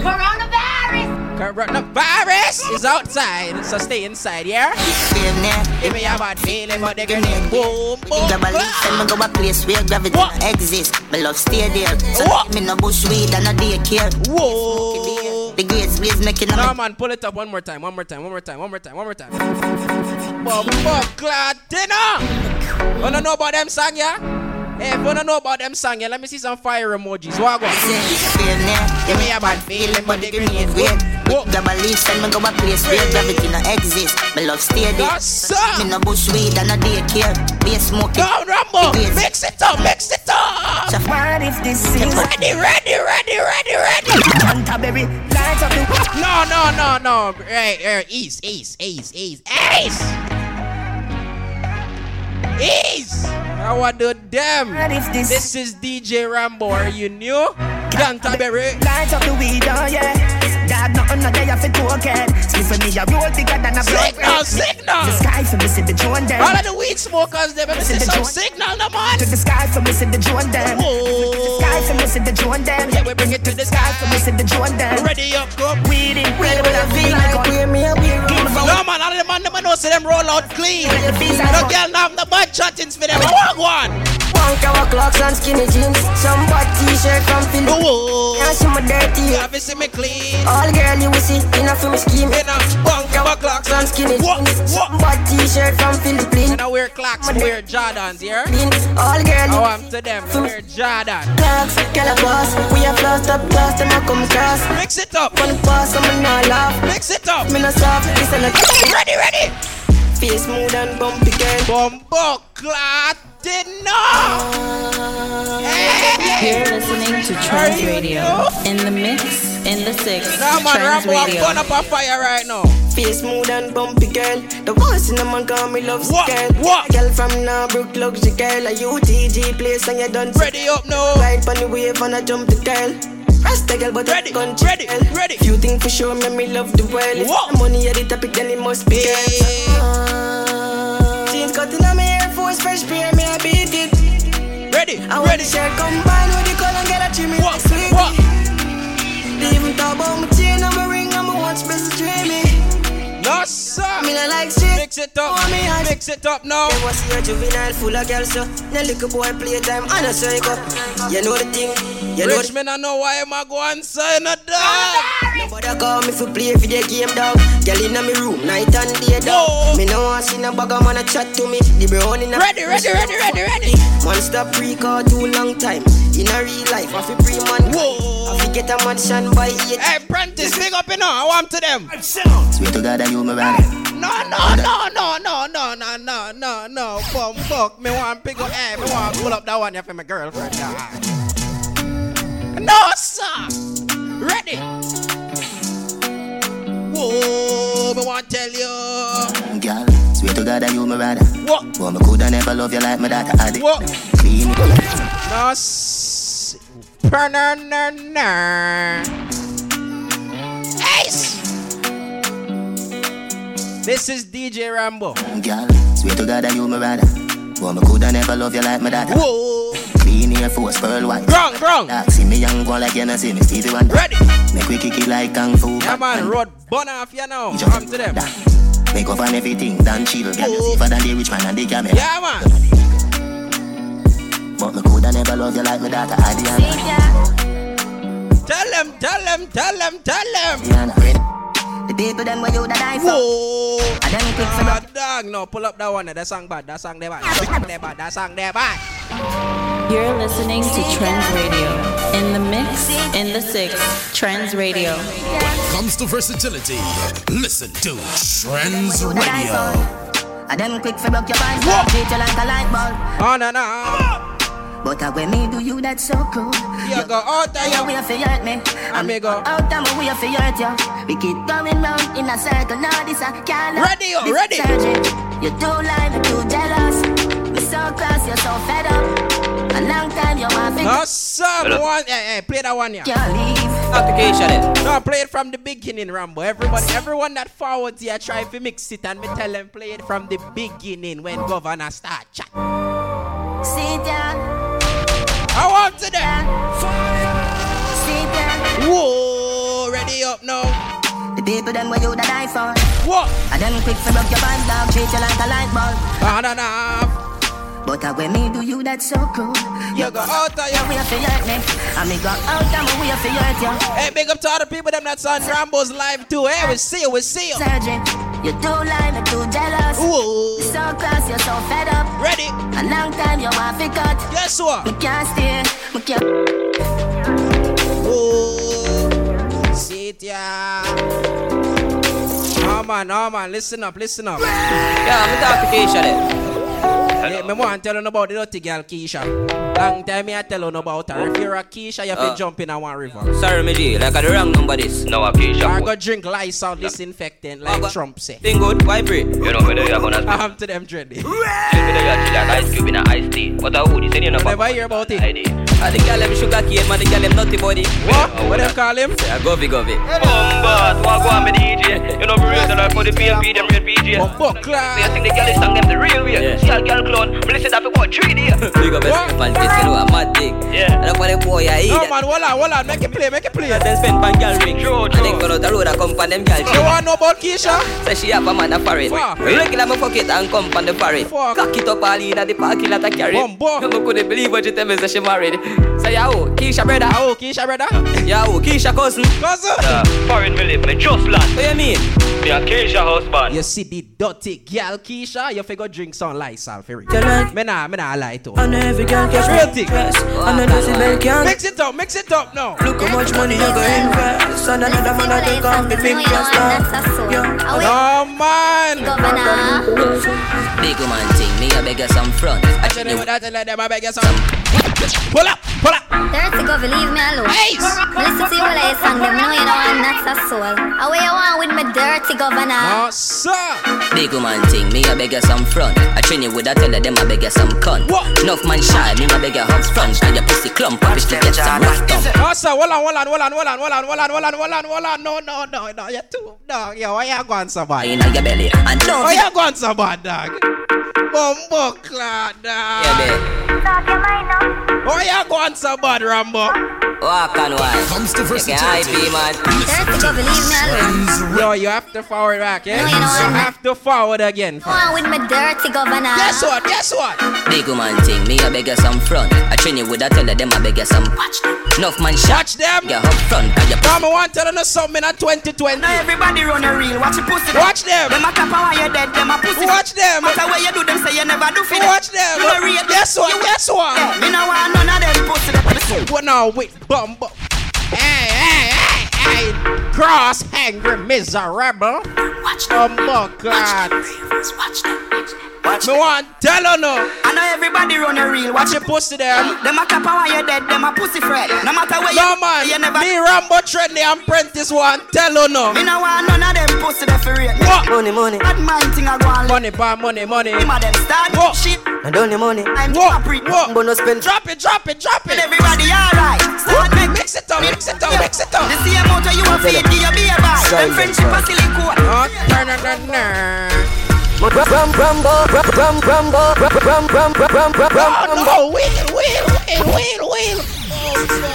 Speaker 2: Coronavirus. Coronavirus is outside, so stay inside, yeah. Give me a bad feeling, but they gonna boom, boom,
Speaker 17: Double
Speaker 2: boom.
Speaker 17: leaf and me go a place where gravity what? exists. Me love stay there. So what? me no bush weed and a daycare.
Speaker 2: Whoa.
Speaker 17: The gates ways making a
Speaker 2: No man, pull it up one more time, one more time, one more time, one more time, one more time. Bumbo clad dinner. Wanna know about them song, yeah? Hey, if you wanna know about them song, yeah, let me see some fire emojis. What go? Give me a bad feeling, but the grenades
Speaker 17: weird. Double leaf and me go a place where gravity no exists. Me love stay there. Me no bush weed and a daycare. Be a smoking.
Speaker 2: Go Rambo, mix it up, mix it up.
Speaker 17: What if this
Speaker 2: Ready, ready, ready, ready, ready.
Speaker 17: Canterbury, light up the
Speaker 2: No, no, no, no. Right, right. East, east, east, east, east. East. I want to them. This, is DJ Rambo. Are you new? Canterbury.
Speaker 17: Light up the weed, oh yeah. Dad, nothing no day off it token. See for me, I roll bigger than a blood.
Speaker 2: Signal, signal.
Speaker 17: The sky for me, see the drone them.
Speaker 2: All of the weed smokers, they better see some signal, no man.
Speaker 17: To the sky for me, see the drone them. To the sky for me, see the drone them.
Speaker 2: Yeah, we bring it to the
Speaker 17: sky for me, see the drone them.
Speaker 2: Ready up, go.
Speaker 17: Weed in, ready with a V like on.
Speaker 2: No man, all of them on them, I know, see them roll out clean. No girl, now I'm the bad chattings for them. Walk one.
Speaker 13: Punk our clocks and skinny jeans. Some bad t-shirt from Philly.
Speaker 2: Oh,
Speaker 13: now some dirty.
Speaker 2: Have you seen me clean?
Speaker 13: All girl you will see in a film scheme.
Speaker 2: In a punk our clocks
Speaker 13: and skinny jeans. Some bad t-shirt from Philippines.
Speaker 2: And I wear clocks, wear Jordans, yeah?
Speaker 13: All girl
Speaker 2: Oh,
Speaker 13: you
Speaker 2: I'm to them, wear Jordan.
Speaker 13: clocks, girl a boss. We are flossed up, dust and I come cross.
Speaker 2: Mix it up.
Speaker 13: When pass, I'm not laugh.
Speaker 2: Mix it up.
Speaker 13: Me no soft, this and a
Speaker 2: ready, ready.
Speaker 13: Feel smooth and bumpy girl.
Speaker 2: Bumbo Clatina!
Speaker 6: You're listening to Trans Radio. In the mix, in the six,
Speaker 2: Nah, man,
Speaker 6: Trans
Speaker 2: Rambo, I'm
Speaker 6: Radio.
Speaker 2: going up a fire right now.
Speaker 13: Feel smooth and bumpy girl. The voice in the man call me love
Speaker 2: What?
Speaker 13: girl.
Speaker 2: What?
Speaker 13: Girl from Narbrook, luxury girl. A UTG place and you done.
Speaker 2: Ready up now.
Speaker 13: Ride on the wave and I jump the girl. Rasta girl, but ready, country ready, girl.
Speaker 2: ready.
Speaker 13: Few things for sure, make me love the world. If
Speaker 2: What?
Speaker 13: the money at the topic, then it must be girl. Jeans cutting on me Irish beer, me I beat it.
Speaker 2: Ready?
Speaker 13: I want the shirt combined with the color and get a chimney. What? Sweet. What? They even talk about my chain and my ring and my watch, best dreaming.
Speaker 2: No, sir.
Speaker 13: Me not like shit.
Speaker 2: Mix it up.
Speaker 13: me hot.
Speaker 2: Mix it up now.
Speaker 13: They was here juvenile, full of girls, so. Now little boy play time and a circle. You know the thing. You know the
Speaker 2: Richmond, I know why I'm a go and sign a dog.
Speaker 13: Nobody call me for play video game, dog. Girl inna me room, night and day, dog. Me no want see no bag of man a chat to me. The brown inna
Speaker 2: Ready, ready, ready, ready, ready.
Speaker 13: Man stop pre-call too long time. In a real life, I fi pre-man. Whoa. I fi get a mansion by eight.
Speaker 2: Hey, Prentice, big up, you know. I want to them.
Speaker 5: Sweet to God and you, my man.
Speaker 2: No, no, no, no, no, no, no, no, no, no. Bum, fuck. Me want pick up. Hey, me want pull up that one. You for my girlfriend. yeah. No, sir. Ready. Whoa, me want tell you.
Speaker 5: Girl, sweet to God and you, my brother.
Speaker 2: What?
Speaker 5: Boy, me coulda never love you like my daughter. I did.
Speaker 2: What?
Speaker 5: Clean.
Speaker 2: No, s- Perner, ner, ner. Ace. This is DJ Rambo.
Speaker 5: Girl, sweet to God and you, my brother. Boy, me coulda never love you like my daughter.
Speaker 2: Whoa.
Speaker 5: Clean Air Force, pearl white.
Speaker 2: Wrong, wrong.
Speaker 5: Dark, see me young boy like you know, see me Stevie Wonder.
Speaker 2: Ready.
Speaker 5: Make we kick it like kung fu.
Speaker 2: Yeah, man, road burn off you now. Come to them.
Speaker 5: Oh.
Speaker 2: Oh.
Speaker 5: Make up on everything, done chill. Girl, you safer than the rich man and the camel.
Speaker 2: Yeah, man.
Speaker 5: But me coulda never love you like my daughter. I did.
Speaker 2: Tell them, tell them, tell them, tell them.
Speaker 5: The people them where you da die for.
Speaker 2: Whoa.
Speaker 5: And then you click for
Speaker 2: Ah, dang, no, pull up that one. eh, That song bad. That song there bad. That song there bad. That song there bad.
Speaker 6: You're listening to Trends Radio. In the mix, in the six, Trends Radio.
Speaker 1: Comes to versatility. Listen to Trends Radio.
Speaker 5: And then quick for buck your bands. Treat you like a light bulb.
Speaker 2: On and on.
Speaker 5: But uh, when me do you that so cool.
Speaker 2: You go out and
Speaker 5: Oh, you way for hurt me. And me go out and my way for hurt you. We keep going round in a uh, circle. Now this I can't.
Speaker 2: Ready, oh, ready.
Speaker 5: You too lying, you too jealous. Me so close, you're so fed up. A long time you want
Speaker 2: No, sir. me want- eh, eh, play that one, yeah. eh.
Speaker 18: Application it.
Speaker 2: No, play it from the beginning, Rambo. Everybody, everyone that forwards here, try to mix it and me tell them play it from the beginning when governor start chat.
Speaker 5: Sit down,
Speaker 2: I want to them.
Speaker 5: sit down.
Speaker 2: Whoa, ready up now.
Speaker 5: The people them where you that die for.
Speaker 2: What?
Speaker 5: And then quick for broke your bands, dog. Treat you like a light bulb.
Speaker 2: On and off.
Speaker 5: But uh, when me do you that so cool.
Speaker 2: You go out and
Speaker 5: Way
Speaker 2: you.
Speaker 5: for hurt me. And me go out and my way for hurt you.
Speaker 2: Hey, big up to all the people them that's on Rambo's live too. Hey, we see you, we see you.
Speaker 5: Surgeon, you too lying, you too jealous.
Speaker 2: Whoa.
Speaker 5: So close, you're so fed up.
Speaker 2: Ready?
Speaker 5: A long time you want to cut.
Speaker 2: Guess what?
Speaker 5: Me can't stay, me can't.
Speaker 2: Whoa. Sit ya. Oh man, oh man, listen up, listen up.
Speaker 18: Yeah, I'm the application it.
Speaker 2: Yeah, me want tell you about the dirty girl Keisha. Long time me I tell you about her. If you're a Keisha, you have
Speaker 18: Uh.
Speaker 2: to jump in a one river.
Speaker 18: Sorry, me G, like I the wrong number this. No
Speaker 2: I
Speaker 18: application.
Speaker 2: go drink Lysol disinfectant like Trump say.
Speaker 18: Thing good, vibrate. You know whether you're gonna speak.
Speaker 2: I'm to them dready.
Speaker 18: Whether you're chill like ice cube in a iced tea. What a hoodie, say you know
Speaker 2: Never hear about it.
Speaker 18: ID. Ah, the girl them sugar cane, man, the girl them nutty body.
Speaker 2: What? What they call him?
Speaker 18: Say, I govy govy. Bombard, walk on me DJ. You know me real dollar for the PMP, them real PJ.
Speaker 2: Bumbo
Speaker 18: Me
Speaker 2: Oh, class.
Speaker 18: I think the girl is song them the real way.
Speaker 2: Yeah.
Speaker 18: See a girl clone, me listen that for about three days. Big up
Speaker 2: What?
Speaker 18: fan, this you know a mad dick. Yeah. And for the boy I eat.
Speaker 2: No man, hold on, hold on. Make it play, make it play.
Speaker 18: Then spend pan girl ring. True, true. And then go out the road and come pan them girl
Speaker 2: You
Speaker 18: shit.
Speaker 2: want to know about Keisha?
Speaker 18: Say she have a man a foreign.
Speaker 2: Fuck.
Speaker 18: Regular me pocket and come pan the foreign.
Speaker 2: Fuck.
Speaker 18: Cock it up all in at the parking lot I carry.
Speaker 2: Bumbo.
Speaker 18: No me couldn't believe what you tell me say she married. Say yo, Keisha brother.
Speaker 2: Oh, Keisha, brother.
Speaker 18: Yo, Keisha cousin.
Speaker 2: Cousin.
Speaker 18: Foreign me live, me just land. What you mean? Me a Keisha husband.
Speaker 2: You see the dirty girl Keisha, you figure drink some Lysol for real.
Speaker 13: You like-
Speaker 2: Me nah, me nah lie to
Speaker 13: I
Speaker 2: her.
Speaker 13: know every girl catch
Speaker 2: Real
Speaker 13: me
Speaker 2: thing.
Speaker 13: dress. I know does it make can
Speaker 2: Mix it up, mix it up now.
Speaker 13: Look how much money you gonna invest. And another man I take off the big class now. Yeah.
Speaker 2: No Oh, man.
Speaker 18: Big woman thing, me a beg you some front.
Speaker 2: I tell you what, I tell you them, I beg you some. Pull up, pull up.
Speaker 19: Dirty govy, leave me alone.
Speaker 2: Ace.
Speaker 19: Me Listen to you while I song them. No, you know I'm not a soul. Away you want with my dirty governor.
Speaker 2: No, sir.
Speaker 18: Big woman thing, me a beg you some front. I train you with a tell them I beg you some cunt.
Speaker 2: What?
Speaker 18: Enough man shy, me a beg you hugs front. And your pussy clump, I wish to get some rough thump.
Speaker 2: No, sir. Hold on, hold on, hold on, hold on, hold on, hold on, hold on, hold on, hold on. No, no, no, no. You're too, no. Yo, why Uh, you going so bad?
Speaker 18: Inna your belly, and
Speaker 2: Why
Speaker 18: don't
Speaker 2: you going so bad, dog? Bumbo clad. Yeah, Oh, yeah, go on so bad, Rambo.
Speaker 18: Walk on one. Comes to versatility.
Speaker 2: Yo, you have to forward back, yeah? you have to forward again.
Speaker 20: Go on with my dirty governor.
Speaker 2: Guess what? Guess what?
Speaker 18: Big woman thing, me I beg you some front. I train you with a teller, them I beg you some watch. Enough man shot them. Yeah, up front, cause you
Speaker 2: Mama want to know something at 2020. Now
Speaker 18: everybody run a reel. Watch your pussy.
Speaker 2: Watch them.
Speaker 18: Them a tap on you dead. Them a pussy.
Speaker 2: Watch them.
Speaker 18: Matter what you do, them say you never do fit.
Speaker 2: Watch them.
Speaker 18: You no rate.
Speaker 2: Guess what?
Speaker 18: You-
Speaker 2: Guess what?
Speaker 18: Yeah, me no want none of them pussy.
Speaker 2: What now with Bumbo? Hey, hey, hey, hey. Cross hangry miserable. Oh Watch Bumbo clad.
Speaker 18: Watch them.
Speaker 2: Me want tell her no.
Speaker 18: I know everybody run a reel.
Speaker 2: Watch your pussy them.
Speaker 18: Them a tap on you dead. Them a pussy fret. No matter where
Speaker 2: No
Speaker 18: you,
Speaker 2: man,
Speaker 18: you never.
Speaker 2: me Rambo Trendy and Prentice want tell her no.
Speaker 18: Me no want none of them pussy that for real.
Speaker 2: What?
Speaker 18: Money, money. Bad mind thing I go on.
Speaker 2: Money, bad money, money.
Speaker 18: Him a them start shit.
Speaker 5: I don't need money.
Speaker 18: I'm property.
Speaker 2: What?
Speaker 5: But no spend.
Speaker 2: Drop it, drop it, drop it.
Speaker 18: Everybody alright. Start make
Speaker 2: Mix it up, mix it up, mix it up.
Speaker 18: the same amount of you a feed to your beer bar.
Speaker 5: Silence,
Speaker 18: Them friendship a
Speaker 5: man.
Speaker 18: silly coat.
Speaker 2: Oh, turn it on there.
Speaker 5: Rum rum rumbo rum rum rumbo rum rum rum rum rum rum
Speaker 2: Oh
Speaker 5: rum.
Speaker 2: no, wheel, wheel, wheel, wheel,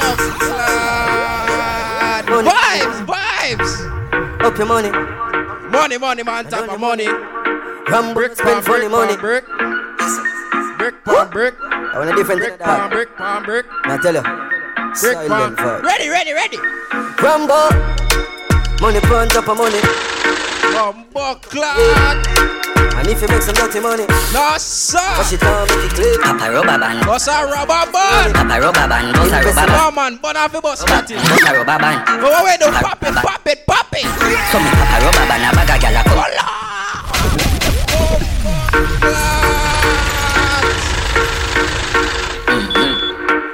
Speaker 2: wheel. Oh, fuck, lad. Vibes, vibes.
Speaker 5: Up your money.
Speaker 2: Money, money, man, top of money.
Speaker 5: Rum
Speaker 2: Brick,
Speaker 5: spend
Speaker 2: palm,
Speaker 5: funny
Speaker 2: brick,
Speaker 5: money.
Speaker 2: palm, brick. Brick, palm, brick.
Speaker 5: I want a different
Speaker 2: Brick, palm,
Speaker 5: dog.
Speaker 2: brick, palm, brick.
Speaker 5: I tell you.
Speaker 2: Brick, palm.
Speaker 5: Silent vibe.
Speaker 2: Ready, ready, ready.
Speaker 5: Rumbo. Money pon top of money.
Speaker 2: Bumbo clock.
Speaker 5: And if you make some dirty money,
Speaker 2: No,
Speaker 5: wash
Speaker 2: sir.
Speaker 5: it down, make it clean.
Speaker 18: Papa rubber band.
Speaker 2: Boss a rubber band.
Speaker 18: Papa rubber band. Boss a rubber band.
Speaker 2: Oh, man, bun off the bus, Patty.
Speaker 18: Boss a rubber band.
Speaker 2: Go away, do pop it, pop it, pop it.
Speaker 18: Come here, Papa rubber band. A bag of gyal a come.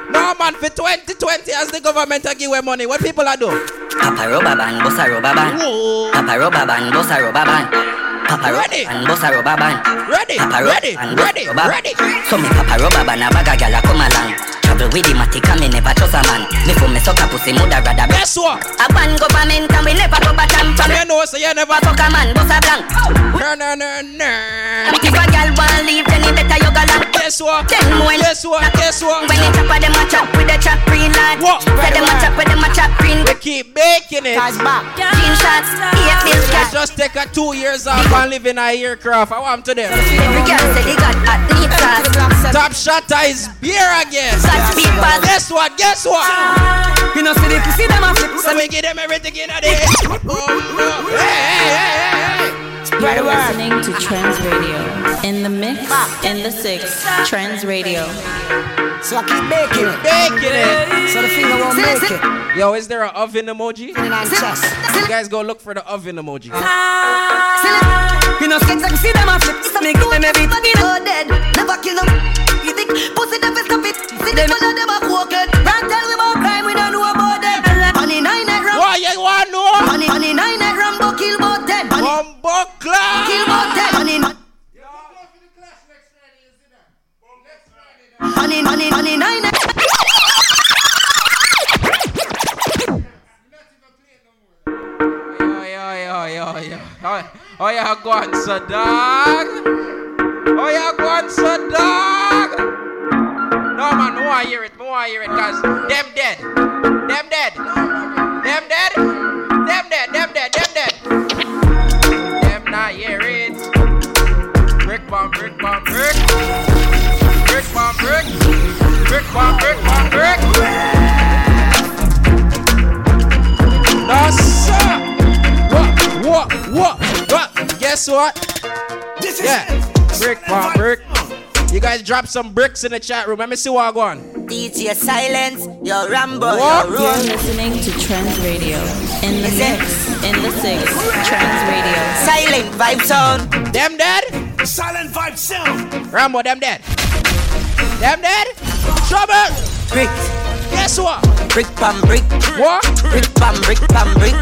Speaker 2: No man, for 2020 as the government a give away money, what people are do?
Speaker 18: Papa rubber band. Boss a rubber band.
Speaker 2: Whoa.
Speaker 18: Papa rubber band. Boss a rubber band. Papa rubber
Speaker 2: Ready.
Speaker 18: band. Boss a rubber band.
Speaker 2: Ready,
Speaker 18: Papa rub
Speaker 2: ready,
Speaker 18: and
Speaker 2: ready,
Speaker 18: rub- rubber.
Speaker 2: ready.
Speaker 18: So me papa rubber band a bag a gyal a come along. Travel with the matic and me never trust a man. Me for me suck a pussy, mother rather.
Speaker 2: Guess what?
Speaker 13: A ban government and we never go back and
Speaker 2: You know, so you never.
Speaker 13: fuck a man, boss a blank.
Speaker 2: No, no, no, no.
Speaker 13: If a girl wanna leave, then it better you go lock.
Speaker 2: Guess what?
Speaker 13: Ten more.
Speaker 2: Guess what? Guess what?
Speaker 13: When you chop a them a chop with a chop green light.
Speaker 2: What?
Speaker 13: Say them a chop with them a chop green.
Speaker 2: We keep making it.
Speaker 13: Jean shots, eight bill
Speaker 2: I
Speaker 13: cash.
Speaker 2: just take a two years off and live in a aircraft. I want to them.
Speaker 13: Every girl say they got hot need sauce.
Speaker 2: Top shot is beer again.
Speaker 13: Such people.
Speaker 2: Guess what? Guess what?
Speaker 21: You know, see the pussy them a flip
Speaker 2: So we give them everything in a day. Oh, oh. Hey, hey, hey, hey, hey.
Speaker 6: You're listening to Trends Radio. In the mix, in the six, Trends Radio.
Speaker 21: So I keep making it.
Speaker 2: Making it.
Speaker 21: So the finger won't make it.
Speaker 2: Yo, is there an oven emoji?
Speaker 21: And I'm just.
Speaker 2: You guys go look for the oven emoji.
Speaker 21: You know, see them see them a flip. So me give them everything.
Speaker 13: Oh dead, never kill them. You think pussy never stop it? See them follow them a crooked. Don't tell me about crime, we don't know about them. Honey nine night rum,
Speaker 2: Why you want no?
Speaker 13: honey honey nine night rum, go kill about them. Honey
Speaker 2: Bumbo club.
Speaker 13: kill about them. Honey nine. Honey, honey, honey, nine.
Speaker 2: Yo, yo, yo, yo, yo. Oh, oh yeah, go on, sir, dog. Oh, yeah, go on, sir, dog. No, man, no, I hear it, no, I hear it, cause them dead. Them dead. Them dead. Them dead, them dead, them dead. Them not hear it. Brick bomb, brick bomb, brick. Brick bomb, brick. Brick bomb, brick bomb, brick. No, sir. What? What? What? What? Guess what?
Speaker 22: This is
Speaker 2: Yeah. Brick, bomb, brick. You guys drop some bricks in the chat room. Let me see what I go on.
Speaker 13: DJ Silence, your Rambo,
Speaker 2: What?
Speaker 13: your
Speaker 6: You're
Speaker 13: Rose.
Speaker 6: listening to Trends Radio. In the mix, in the six, Trends Radio.
Speaker 13: Silent vibe sound.
Speaker 2: Them dead?
Speaker 22: Silent vibe sound.
Speaker 2: Rambo, them dead. Them dead? Trouble!
Speaker 13: Brick,
Speaker 2: Guess what?
Speaker 13: brick, pam, brick.
Speaker 2: What?
Speaker 13: Brick, pam, brick, pam, brick.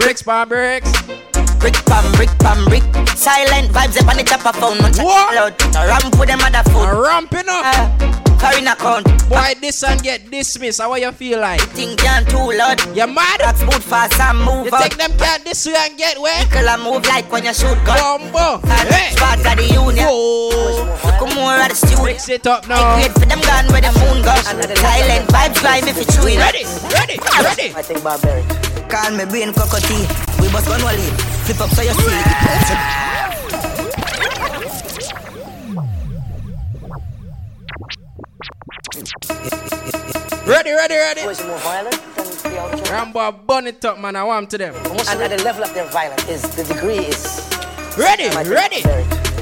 Speaker 2: Bricks, bomb, bricks.
Speaker 13: Brick, pam, brick, pam, brick. Silent vibes up on the chopper phone. No check
Speaker 2: What?
Speaker 13: out. No ram for them other phone.
Speaker 2: I'm ramping up.
Speaker 13: Uh,
Speaker 5: carrying account.
Speaker 2: Boy, this and get dismissed. How you feel like?
Speaker 5: Think can too loud.
Speaker 2: You mad?
Speaker 5: That's boot fast and move
Speaker 2: You take them cat this way and get where?
Speaker 5: Nickel and move like when you shoot gun.
Speaker 2: Combo.
Speaker 5: Hey. Parts of the union. Look more at the studio.
Speaker 2: Mix it up now.
Speaker 5: I wait for them gun where the moon goes. Silent vibes climb if it's chewing.
Speaker 2: Ready, ready, ready.
Speaker 5: I think barbaric. Call me brain cockatoo. We must run wally. Flip up so you see it.
Speaker 2: Ready, ready, ready. Rambo, burn it up, man. I want to them.
Speaker 13: And at the level of their violence is the degree is
Speaker 2: Ready, ready.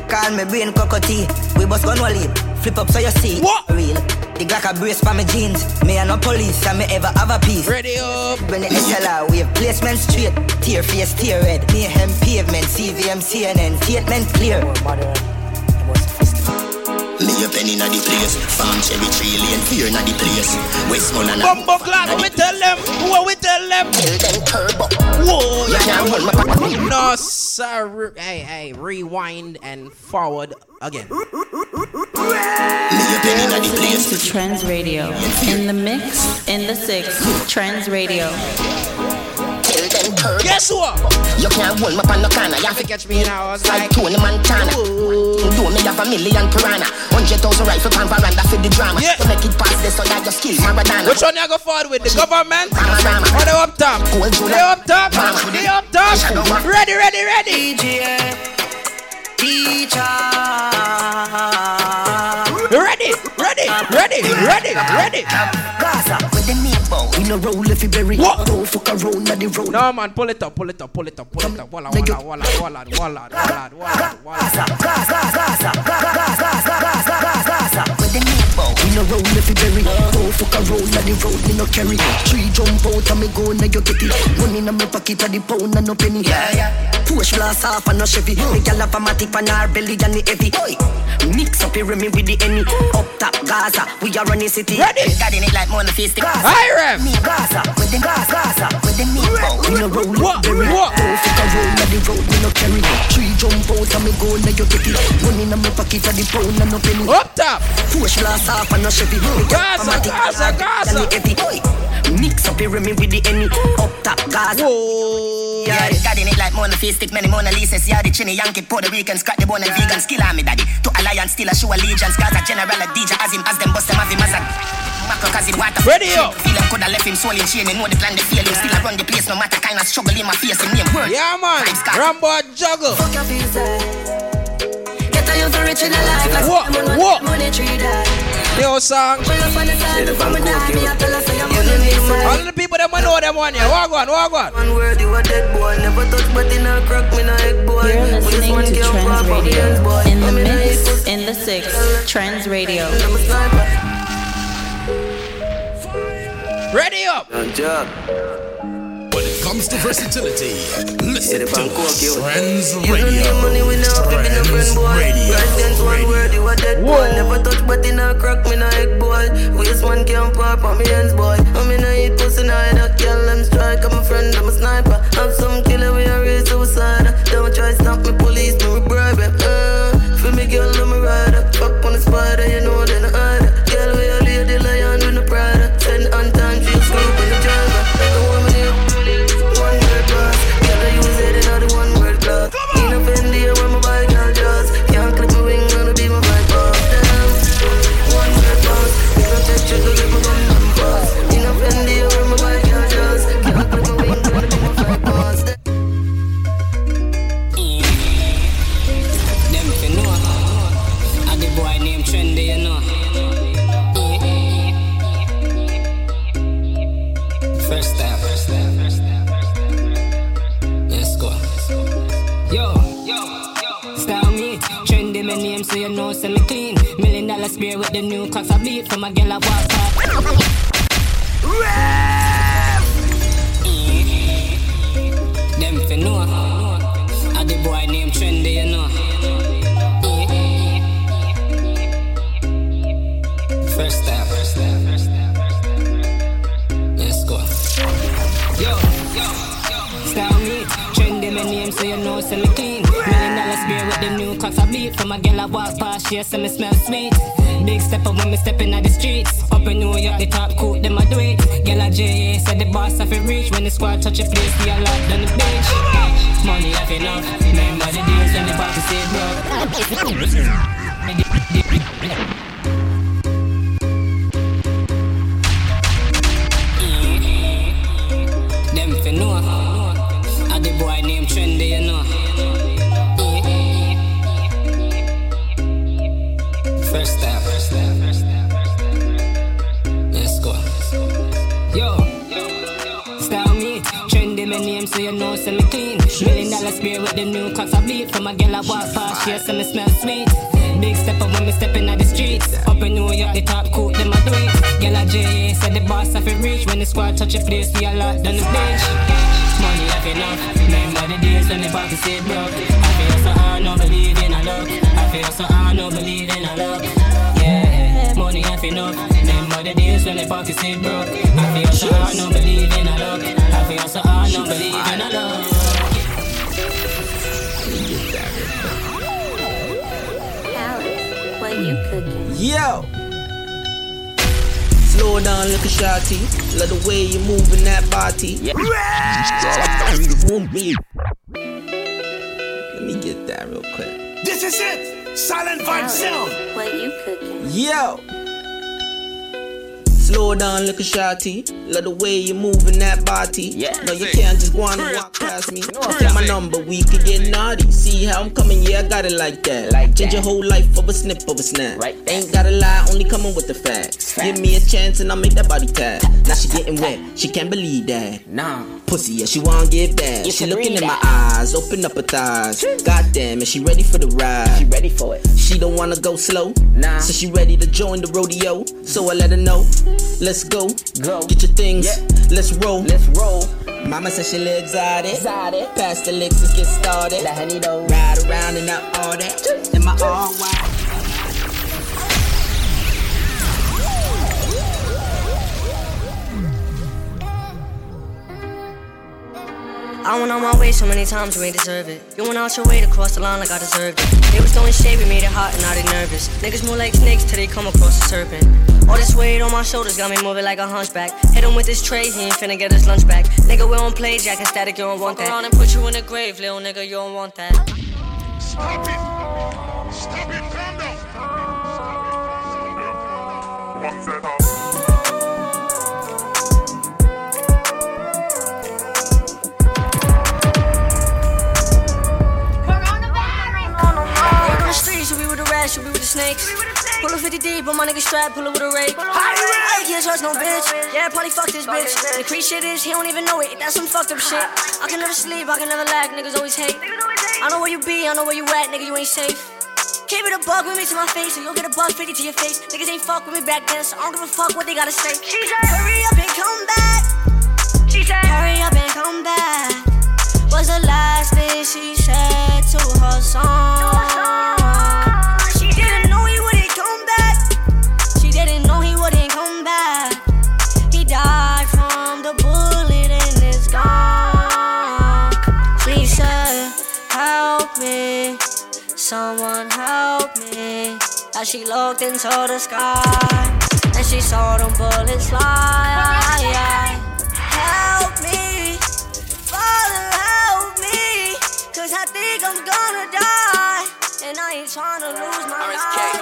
Speaker 5: Call me brain cockatoo. We must run wally. Flip up so you see. What? Real. The Glock a brace for my jeans. Me and no police and me ever have a piece.
Speaker 2: Ready up.
Speaker 5: When the SLR wave placement straight. Tear face, tear red. Mayhem pavement. CVM, CNN. Statement clear.
Speaker 12: Lay up penny na the place Farm cherry tree lane Fear na the place Westmount and
Speaker 2: Bumbo clap, we tell them. What we tell them?
Speaker 12: Kill them turbo
Speaker 2: Whoa,
Speaker 12: You can't hold my back
Speaker 2: No, sir. Hey, hey, rewind and forward again.
Speaker 6: Listening to Trends Radio. In the mix, in the six. Trends Radio.
Speaker 12: Kill them turbo
Speaker 2: Guess what?
Speaker 12: You can't hold me pan no corner You have to
Speaker 2: catch me now
Speaker 12: Like Tony Montana Do me have a million piranha Hundred thousand rifle pan veranda For the drama
Speaker 2: Yeah.
Speaker 12: To make it past this So that just kill Maradona
Speaker 2: Which one you go forward with? The government?
Speaker 12: Panorama.
Speaker 2: Or the up top? They up top? They up top? Ready, ready, ready. Ready, ready, ready, ready, ready.
Speaker 12: Gaza With the meatball We no roll if you bury
Speaker 2: What?
Speaker 12: Don't fuck around on the road
Speaker 2: No man, pull it up, pull it up, pull it up, pull it up. Walla, walla, walla, walla, walla, walla, walla, walla.
Speaker 12: With the meatball We no roll if you bury Don't fuck around on the road Me no carry Three jump out and me go Now you get it Money in my pocket And the pound and no penny Yeah, yeah
Speaker 5: Push blast off and no Chevy. The gal have a matic on her belly and the heavy. Mix up here me with the enemy. Up top Gaza, we are running city.
Speaker 2: Ready?
Speaker 5: God in it like Mona Fist. Gaza,
Speaker 2: Aye, ref.
Speaker 5: me Gaza, with the Gaza, Gaza, with the me.
Speaker 12: We no roll
Speaker 2: What?
Speaker 12: if you bury
Speaker 2: What?
Speaker 12: Don't fuck around on the road Me no carry Three jump out and me go Now you get it Money in my pocket And the pound and no penny
Speaker 2: Up top.
Speaker 12: Push blast off and no Chevy
Speaker 2: Gaza, Gaza, Gaza.
Speaker 5: Mix up here me with the enemy. Up top Gaza.
Speaker 2: Whoa.
Speaker 5: Yeah,
Speaker 12: Yeah, God in it like Mona Fee, stick many Mona Lisa's. Yeah, the chinny Yankee, Puerto Rican, scratch the bone and vegan. Skill army daddy. To alliance, still a show allegiance. Gaza general, a DJ, as him, as them bust them, have him as a. Macro, cause him water.
Speaker 2: Ready up.
Speaker 12: Feel him coulda left him soul in chain. He know the plan, they fail him. Still a run the place, no matter kind of struggle in my face. Him name word.
Speaker 2: Yeah, man. Rambo and juggle.
Speaker 18: Fuck your feelings, eh. Get a youth rich in a life. Let's
Speaker 2: What?
Speaker 18: get money,
Speaker 2: What?
Speaker 18: get money, tree die.
Speaker 2: Yo, song.
Speaker 18: Pull up on the side before me die. Me a tell her, say your money need
Speaker 2: All
Speaker 18: mine.
Speaker 2: of the people that know them one here. Walk on, walk on.
Speaker 13: Unworthy, what dead boy. Never touch, but in a crack, me no egg boy.
Speaker 6: You're
Speaker 13: We just
Speaker 6: listening
Speaker 13: want
Speaker 6: to
Speaker 13: girl
Speaker 6: Trends
Speaker 13: for
Speaker 6: Radio.
Speaker 13: Indians, boy.
Speaker 6: In the
Speaker 13: I'm in a
Speaker 6: mix,
Speaker 13: hit,
Speaker 6: in the six. Trends Radio.
Speaker 13: I'm a sniper.
Speaker 2: Ready up.
Speaker 1: When it comes to versatility, listen to Trends
Speaker 13: You don't
Speaker 1: Radio.
Speaker 13: need money, we no have to be no friend,
Speaker 1: Trends
Speaker 13: boy.
Speaker 1: Radio.
Speaker 13: License one word, you a dead boy. Never touch, but in a crack, me no egg boy. Waste man can't pop on me hands, boy. I'm in a hit pussy, now I don't kill them strike. I'm a friend, I'm a sniper. I'm some killer, we are real suicide. Don't try stop me, police, no we bribe it. Uh, feel me, girl, I'm a rider. Fuck on the spider, you know then I hide. Girl, we a lady lion with no pride. Send on time, feel screwed with the driver. The woman here, one word boss. Girl, I use it, another one word class. In a Fendi, I wear my bike, I'll just. Can't clip my wing, gonna be my bike boss. Damn, one word boss. Girl, I touch you, girl, I'm gonna come boss. In a Fendi, I wear my bike, I'll just. Can't clip my wing, gonna be my bike boss.
Speaker 14: Them fi know A the boy name Trendy, you know First step Let's go Yo, yo, yo Style me Trendy, my name so you know say me clean Million dollar spear with the new cocks I bleed From a girl I walk up Eh. Them fi know A the boy name Trendy, you know Eh. First step. Let's go. Yo, yo, yo. Style me. Trendy my name so you know, send me clean. Million dollar spear with the new cracks a beat from a girl I walk past. She a say me smell sweet. Big stepper when me stepping out the streets. Up in New York, they talk cool, them a do it. Girl a J.A. said the boss have to reach. When the squad touch a place, see a lot on the beach. Money have enough. Remember the days when the party stayed broke. Them fi know. A the boy name Trendy, you know. First step. Let's go. Yo. Style me. Trendy, my name, so you know, say me clean. Million dollar spear with the new cocks I beat. From a girl I walk past, she a say me smell sweet. Big step up when me stepping out the streets. Up in New York, they talk cool, them a do it. Girl a J.A. said the boss have to reach. When the squad touch a place, we a lot on the bench. Money have enough. Remember the days when the pocket stayed broke. I feel so I no believe in a love. I feel so I no believe in a love. Yeah, money have enough. Remember the days when the pocket stayed broke. I feel so I no believe in a love. I feel so I no believe in a love.
Speaker 13: What you cooking?
Speaker 23: Yo.
Speaker 2: Slow down, look at shawty. Love the way you moving that body. Let me get that real quick.
Speaker 24: This is it. Silent vibe sound.
Speaker 13: What you cooking?
Speaker 2: Yo. Slow down, look at shawty. Love the way you moving that body. No, you can't just go on and walk past me. Get my number, we could get naughty. See how I'm coming, yeah, I got it like that. Like Change your whole life of a snip of a snap. Right. Ain't gotta lie, only coming with the facts. Give me a chance and I'll make that body tap. Now she getting wet, she can't believe that. Nah. Pussy, yeah, she wanna get back.
Speaker 25: You
Speaker 2: She
Speaker 25: can
Speaker 2: looking
Speaker 25: read
Speaker 2: in my
Speaker 25: that.
Speaker 2: eyes, open up her thighs. Goddamn, is she ready for the ride? She ready for it. She don't wanna go slow. Nah. So she ready to join the rodeo. So I let her know. Let's go. Go. Get your things. Let's roll. Let's roll. Mama said she live exotic. exotic. Pass the licks, let's get started. Ride around and up all that. In my all white.
Speaker 16: I went on my way so many times, you ain't deserve it. You went out your way to cross the line like I deserved it. They was throwing shade, we made it hot and now they nervous. Niggas move like snakes till they come across a serpent. All this weight on my shoulders got me moving like a hunchback. Hit him with this tray, he ain't finna get his lunch back. Nigga, we don't play jack and static, you don't want that. around and put you in the grave, little nigga, you don't want that.
Speaker 24: Stop it. Stop it. Calm down. One set up.
Speaker 16: Work on the streets, you be with the rats, you be with the snakes. Pull a 50 deep, but my nigga strap, pull it with a rake. I can't trust no bitch. Yeah, probably fuck this bitch. The creep shit is, he don't even know it. That's some fucked up shit. I can never sleep, I can never lack, niggas always hate. I know where you be, I know where you at, nigga, you ain't safe. Keep it a bug with me to my face, or you'll get a bug 50 to your face. Niggas ain't fuck with me back then, so I don't give a fuck what they gotta say. Hurry up and come back. She said, Hurry up and come back. Was the last thing she said to her song. She didn't know he wouldn't come back. She didn't know he wouldn't come back. He died from the bullet and it's gone. She said, Help me. Someone help me. As she looked into the sky. And she saw them bullets fly. Help me, Father, help me. Cause I think I'm gonna die. And I ain't trying to lose my life.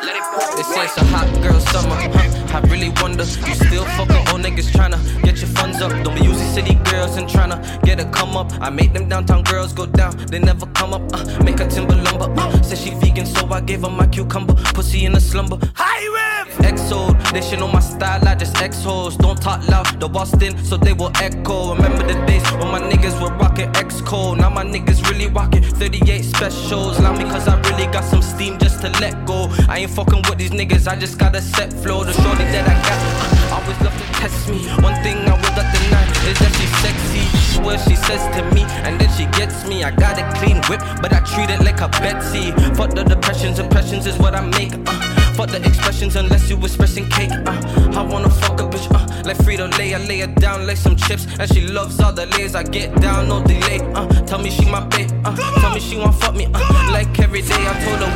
Speaker 7: It's like a hot girl summer, huh? I really wonder. You still fucking old niggas tryna get your funds up. Don't be using city girls and tryna get a come up. I make them downtown girls go down, they never come up. Uh, make her timber lumber. Uh, said she vegan, so I gave her my cucumber. Pussy in a slumber. High rev! Exode, they should know my style. I just ex hoes. Don't talk loud, the Boston, so they will echo. Remember the days when my niggas were rocking X code. Now my niggas really rocking 38 specials. Allow me cause I really got some steam just to let go. I ain't fucking with these niggas, I just got a set flow. The shorty that I got, uh, always love to test me. One thing I will not deny is that she's sexy. What she says to me, and then she gets me. I got a clean whip, but I treat it like a Betsy. Fuck the depressions, impressions is what I make. Uh, fuck the expressions unless you expressing cake. Uh, I wanna fuck a bitch, uh, like Frito Lay. I lay her down like some chips, and she loves all the layers. I get down, no delay. Uh, tell me she my babe. Uh, tell me she want fuck me. Uh, like every day, I told her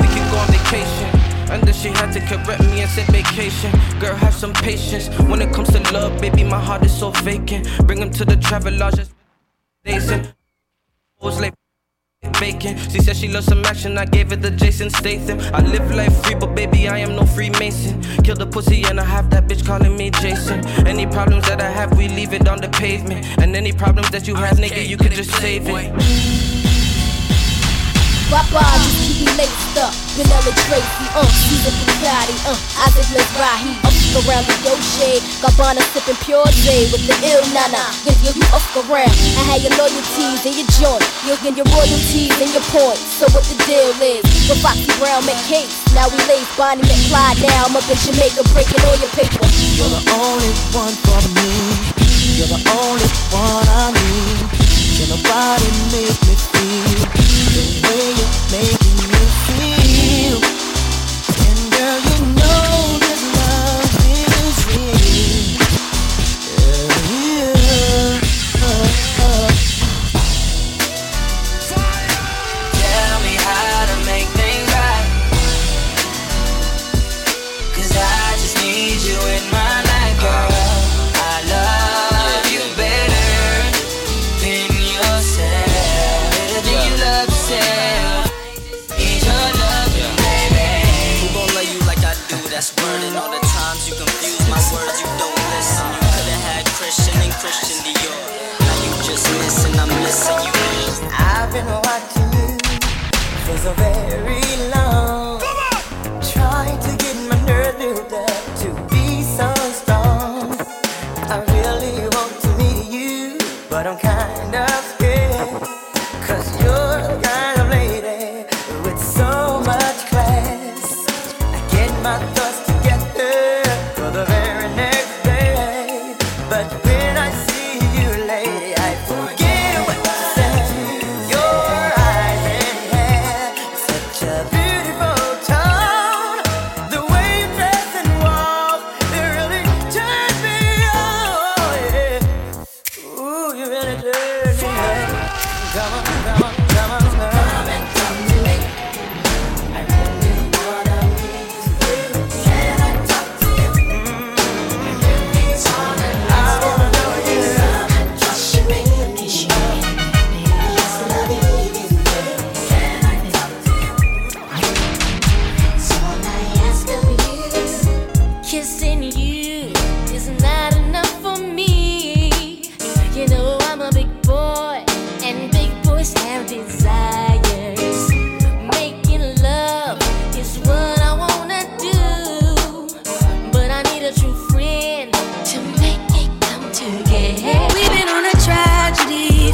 Speaker 7: She had to correct me and said vacation. Girl, have some patience. When it comes to love, baby, my heart is so vacant. Bring him to the travelodge. just Days and was like bacon. She said she loves some action. I gave her the Jason Statham. I live life free, but baby, I am no Freemason. Kill the pussy and I have that bitch calling me Jason. Any problems that I have, we leave it on the pavement. And any problems that you have, nigga, you can just save it.
Speaker 10: Why bother? Keep me laced up. Vanilla Tracy, uh, Caesar Bugatti, uh, Isaac Mizrahi, up around the yo shade. Gabbana sipping pure day with the ill nana. Yeah, yeah, you up around. I had your loyalties and your joint. You and your royalties and your points. So what the deal is? With Foxy Brown McCabe. Now we late Bonnie McFly now. I'm up in Jamaica breaking all your paper.
Speaker 13: You're the only one for me. You're the only one I need. Can nobody make me feel the way you're making me feel? And girl, you know this love is real. Yeah, yeah. Oh, oh.
Speaker 24: Tell me how to make things right. Cause I just need you in my life, girl. I love you better than yourself. Better than you love yourself. Need your love, baby.
Speaker 26: Who gon' love you like I do? That's burning. All the times you confuse my words, you don't listen. You could've had Christian and Christian Dior. Now you just missing, I'm missing you.
Speaker 13: I've been watching you for so very long. Trying to get my nerve built up to be so strong. I really want to meet you, but I'm kind of scared. Cause you're the kind of lady with so much class. I get my thoughts together for the very next day. But when I see you, lady, I forget what to say. Your eyes and hair, such a beautiful tone. The way you dress and walk, they really turn me on. Yeah. Ooh, you really turn me on. Come on, come on, come on, girl. Come and come to me. I really wanna meet you. Can I talk to you? I wanna know you. Trust me.
Speaker 24: Kissing you is not enough for me. You know I'm a big boy, and big boys have desires. Making love is what I wanna do, but I need a true friend to make it come together.
Speaker 27: We've been on a tragedy.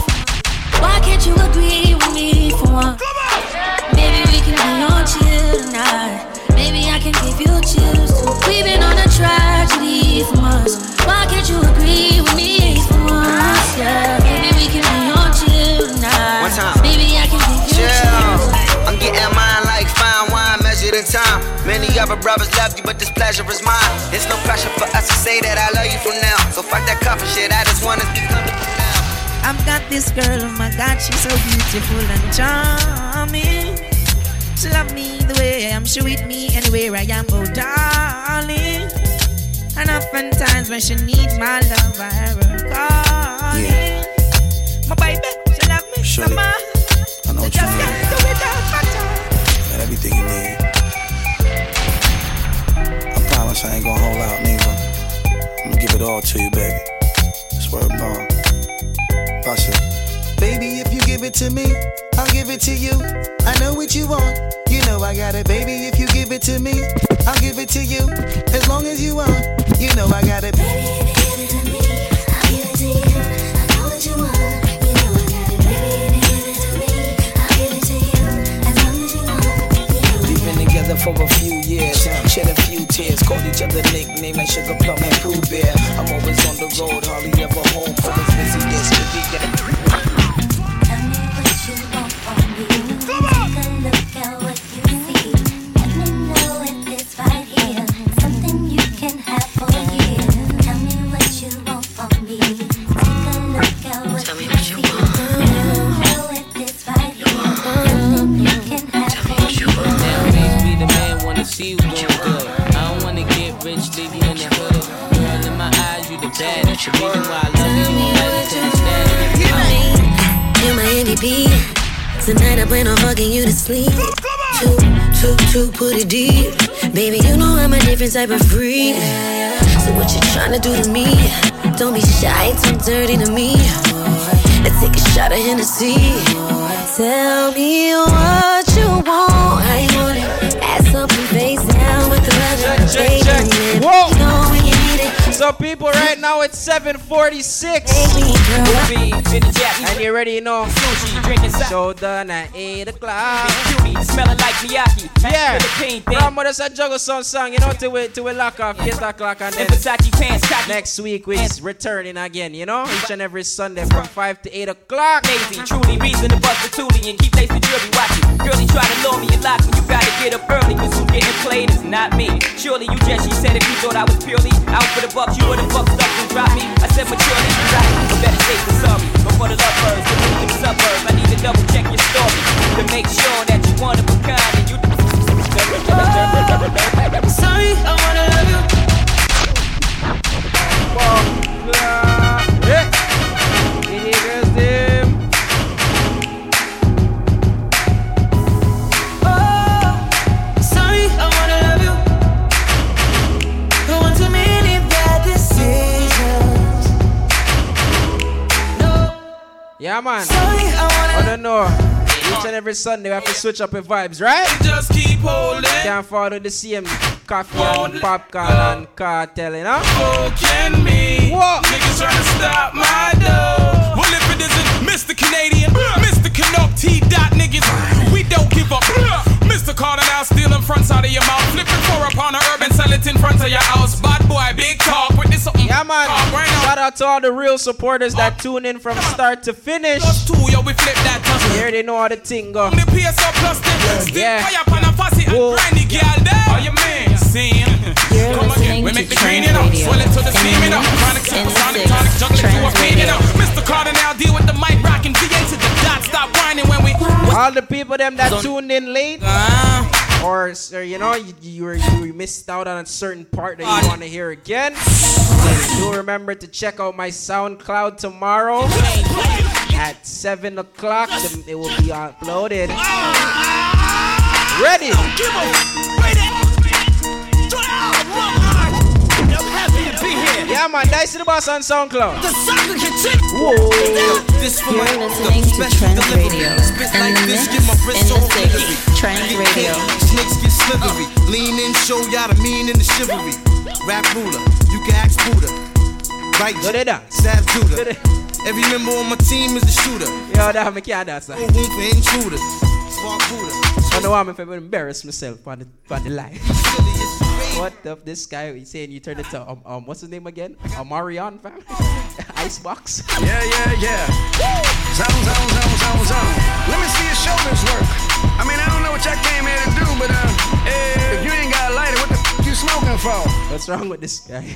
Speaker 27: Why can't you agree with me for one? Maybe we can be on chill tonight. Maybe I can give you chills. too. We've been on a tragedy for months. Why can't you agree with me for once? Yeah. Maybe we can be on chill tonight.
Speaker 13: One time.
Speaker 27: Maybe I can give you chills.
Speaker 13: I'm getting mine like fine wine measured in time. Many other brothers love you, but this pleasure is mine. It's no pressure for us to say that I love you from now. So fuck that coffee shit, I just wanna be comfortable now.
Speaker 5: I've got this girl, oh my god, she's so beautiful and charming. She love me the way I am, she with me anywhere I am, oh darling. And oftentimes when she needs my love, I hear her calling. My baby, she love me so much. I know just can't do without my child.
Speaker 28: Got everything you need. I promise I ain't gonna hold out neither. I'm gonna give it all to you, baby. Swear bond. Pasha.
Speaker 13: Baby, if you give it to me, I'll give it to you. I know what you want. You know I got it, baby. If you give it to me, I'll give it to you. As long as you want, you know I got it.
Speaker 28: We've been together for a few years, shed a few tears, called each other nickname like Sugar Plum and Pooh Bear. I'm always on the road, hardly ever home, always busy, yes, busy, that.
Speaker 7: Nowadays, be the man wanna see you doing good.
Speaker 24: I plan on fucking you to sleep. Two, two, two, put it deep. Baby, you know I'm a different type of freak. So what you tryna do to me? Don't be shy, talk dirty to me. Let's take a shot of Hennessy. Tell me what you want. I want it. Ass up and face down with the leather.
Speaker 2: Check,
Speaker 24: Baby,
Speaker 2: check.
Speaker 24: you
Speaker 2: Whoa.
Speaker 24: know when you need it.
Speaker 2: So people, right now it's 746. And you already know. So done at 8 o'clock. Smelling like Miyaki. Yeah. From us a juggle some song, you know, till we, till we lock off, get that clock on then Next week we're returning again, you know, each and every Sunday from 5 to 8 o'clock.
Speaker 13: Lazy, truly reason to bust the toolie and keep lace the jewelry watching. Girl, you try to lure me a lot, but you gotta get up early, cause who getting played is not me. Surely you just, she said if you thought I was purely out for the bucks, you would've fucked up and dropped me. I said maturely, you got it. You better say the sorry. But for the lovebirds, the move them suburbs, I need to double check your story to make sure that you one of a kind and you.
Speaker 24: Sorry, I wanna love you.
Speaker 13: Sorry, I wanna love you.
Speaker 24: Don't want too many bad decisions.
Speaker 2: Yeah, man. I don't know. Each and every Sunday we have to switch up the vibes, right? Just keep holding. Can't follow the same coffee and popcorn and cartel, you know?
Speaker 1: Can me? Niggas trying to stop my dough. Well, if it isn't Mr. Canadian, Mr. Canop T. Dot niggas, we don't give up. Mr. Carter now stealing fronts out of your mouth. Flipping four upon a urban, sell it in front of your house. Bad boy, big talk. Witness something.
Speaker 2: Yeah, man.
Speaker 1: Talk right now.
Speaker 2: Shout out to all the real supporters that tune in from start to finish.
Speaker 1: Two, yo, we flip that tussle.
Speaker 2: Here they know how the thing go.
Speaker 1: The PSO plus the stick
Speaker 2: Yeah.
Speaker 1: fire pan a fussy and grindy girl there. Are you man? Seeing. Come again, we make the green it up, swell it to the steam it up. Chronic, supersonic, tonic, juggle it to a beat it up. Mr. Carter now deal with the mic rocking, VA to the dot, stop whining when we.
Speaker 2: All the people them that tuned in late.
Speaker 1: Uh-huh.
Speaker 2: Or, sir, you know, you, you, were- you missed out on a certain part that you want to hear again. Do remember to check out my SoundCloud tomorrow at 7 o'clock. The- It will be uploaded.
Speaker 1: Uh-huh.
Speaker 2: Ready? Yeah, man, Dice to the Boss on SoundCloud. Whoa.
Speaker 13: This
Speaker 24: You're listening to Trend Radio. And the mix in the six. Trend Radio.
Speaker 7: Snakes get slithery. Lean in, show y'all the mean and the chivalry. Rap ruler, you can ask Buddha. Right, Sav Judah. Every member on my team is a shooter.
Speaker 2: Yo, that me can't dance.
Speaker 7: No room for intruders. Smart Buddha.
Speaker 2: I know I'm if I would embarrass myself on the, on the live. What the, this guy he's saying you turned into um, um what's his name again? Amarion fam? Icebox?
Speaker 28: Yeah, yeah, yeah. Zone, zone, zone, zone, zone. Let me see your shoulders work. I mean, I don't know what y'all came here to do, but uh, eh, if you ain't got a lighter, what the f- you smoking for?
Speaker 2: What's wrong with this guy?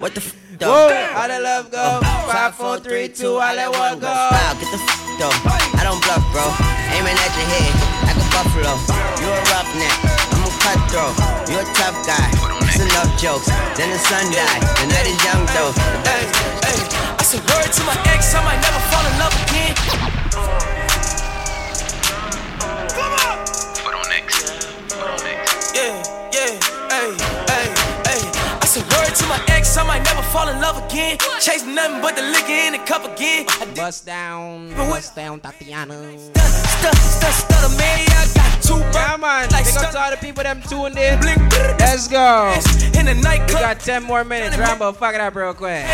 Speaker 13: What the f?
Speaker 2: Whoa, how the love go? Five, four, three, two, I let one go.
Speaker 13: Uh-huh. Wow, get the f though. I don't bluff, bro. Aiming at your head like a buffalo. You a roughneck, I'm a cutthroat. You a tough guy. It's enough jokes. Then the sun died. The night is young though. Hey, hey. I said word to my ex, I might never fall in love again.
Speaker 7: Yeah, yeah, hey, hey, hey. I said word to my ex, I might never fall in love again. Chase nothing but the liquor in the cup again.
Speaker 2: Bust down, bust down, Tatiana. Yeah, man. Big up to all the people them tuned in. Let's go.
Speaker 7: In the night,
Speaker 2: we got 10 more minutes. Rambo, fuck it up real quick.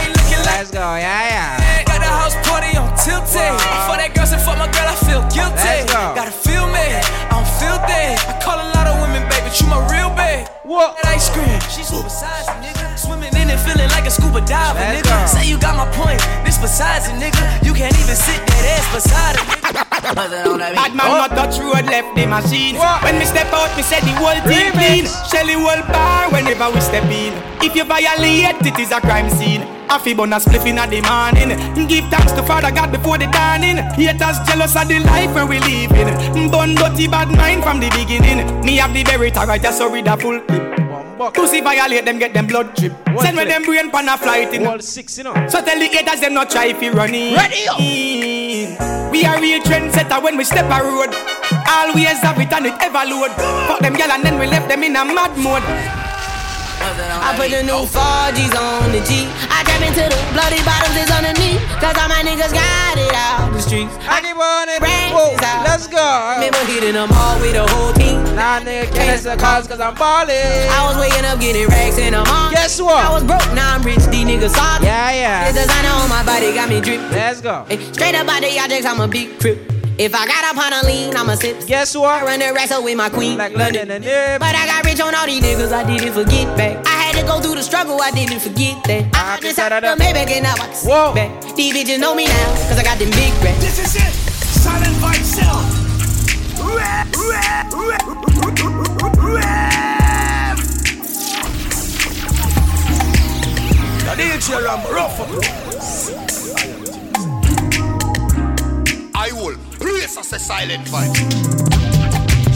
Speaker 2: Let's go. Yeah, yeah.
Speaker 7: Got the house party on tilted. For that girl, said fuck my girl, I feel guilty.
Speaker 2: Let's go.
Speaker 7: Gotta feel me, I don't feel dead. I call a lot of women, baby, you my real babe.
Speaker 2: What?
Speaker 7: That ice cream, she's besides a nigga. Swimming in it, feeling like a scuba diver,
Speaker 13: Let's
Speaker 7: nigga.
Speaker 13: go.
Speaker 7: Say you got my point, this besides a nigga. You can't even sit that ass beside a nigga.
Speaker 9: Bad man, not touch road, left the machine. When me step out, me said the whole team clean. Shelly whole bar whenever we step in. If you violate, it is a crime scene. A fib on a spliff in the morning. Give thanks to Father God before the dawning. Haters jealous of the life where we live in. Bun dirty bad mind from the beginning. Me have the berry tarot, so read a full clip. Pussy violate them, get them blood drip. Send me them brain pan a flight in.
Speaker 2: All six, you know.
Speaker 9: So tell the haters them not try fi run in.
Speaker 2: Ready up.
Speaker 29: We are real trendsetter when we step a road. Always have it and it ever load. Fuck them gal and then we left them in a mad mode.
Speaker 13: I put the new 4G's on the G. I tap into the bloody bottoms is on the knee. Cause all my niggas got it out the streets. I keep on it, Whoa, let's go. Remember hitting them all with the whole team. Nah, nigga, can't answer calls cause I'm ballin'. I was waking up getting racks in the mall. Guess what? I was broke, now I'm rich, these niggas salty. Yeah, yeah. This designer on my body got me drip. Let's go. straight up by the objects, I'm a big crip. If I got up on a lean, I'ma sip. Guess what? I run the wrestle with my queen. Like London and Nib. But I got rich on all these niggas, I didn't forget back. I had to go through the struggle, I didn't forget that. I, just had to make back and now I can sit back. These bitches know me now, cause I got them big racks. This is it, silent by itself.
Speaker 30: Now DJ Rambo, rough I will place us a silent fight.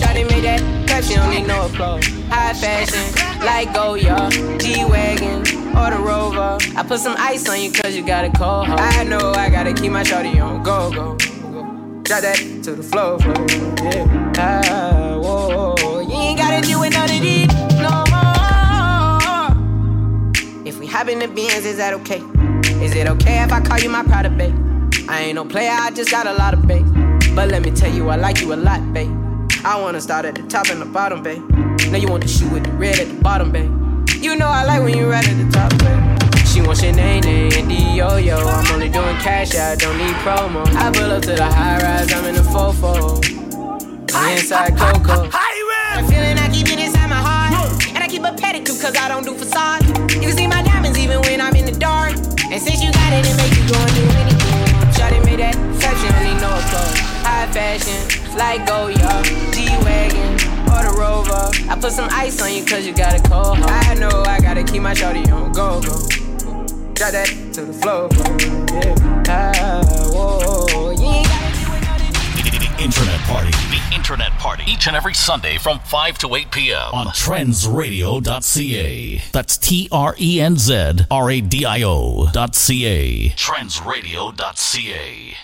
Speaker 13: Shawty made that cause she don't need no clothes. High fashion, like Goya, G-Wagon, or the Rover. I put some ice on you cause you got a cold heart. I know I gotta keep my shawty on go, go, go. Drop that to the floor, floor. yeah. Ah, whoa, whoa. You ain't gotta deal with none of these no more. If we hop in the beans, is that okay? Is it okay if I call you my Prada, babe? I ain't no player, I just got a lot of bait. But let me tell you, I like you a lot, babe. I wanna start at the top and the bottom, babe. Now you want the shoe with the red at the bottom, babe. You know I like when you right at the top, babe. She wants your name and D.O. yo. I'm only doing cash, I don't need promo. I pull up to the high rise, I'm in the fofo. I'm Inside Coco. The feeling I keep it inside my heart. And I keep a pedicure cause I don't do facade. You can see my diamonds even when I'm in the dark. And since you got it, it make you go and do anything. Shawty made that fashion, don't need no clothes. High fashion, like Goya, G-Wagon, or the Rover. I put some ice on you cause you got a cold heart. I know I gotta keep my shawty on go, go. Drop that to the floor, yeah. Ah, whoa, you ain't gotta
Speaker 1: The Internet Party.
Speaker 6: The Internet Party. Each and every Sunday from 5 to 8 p.m.
Speaker 1: On trendsradio.ca. That's T R E N Z R A D I O.ca.
Speaker 6: Trendsradio.ca.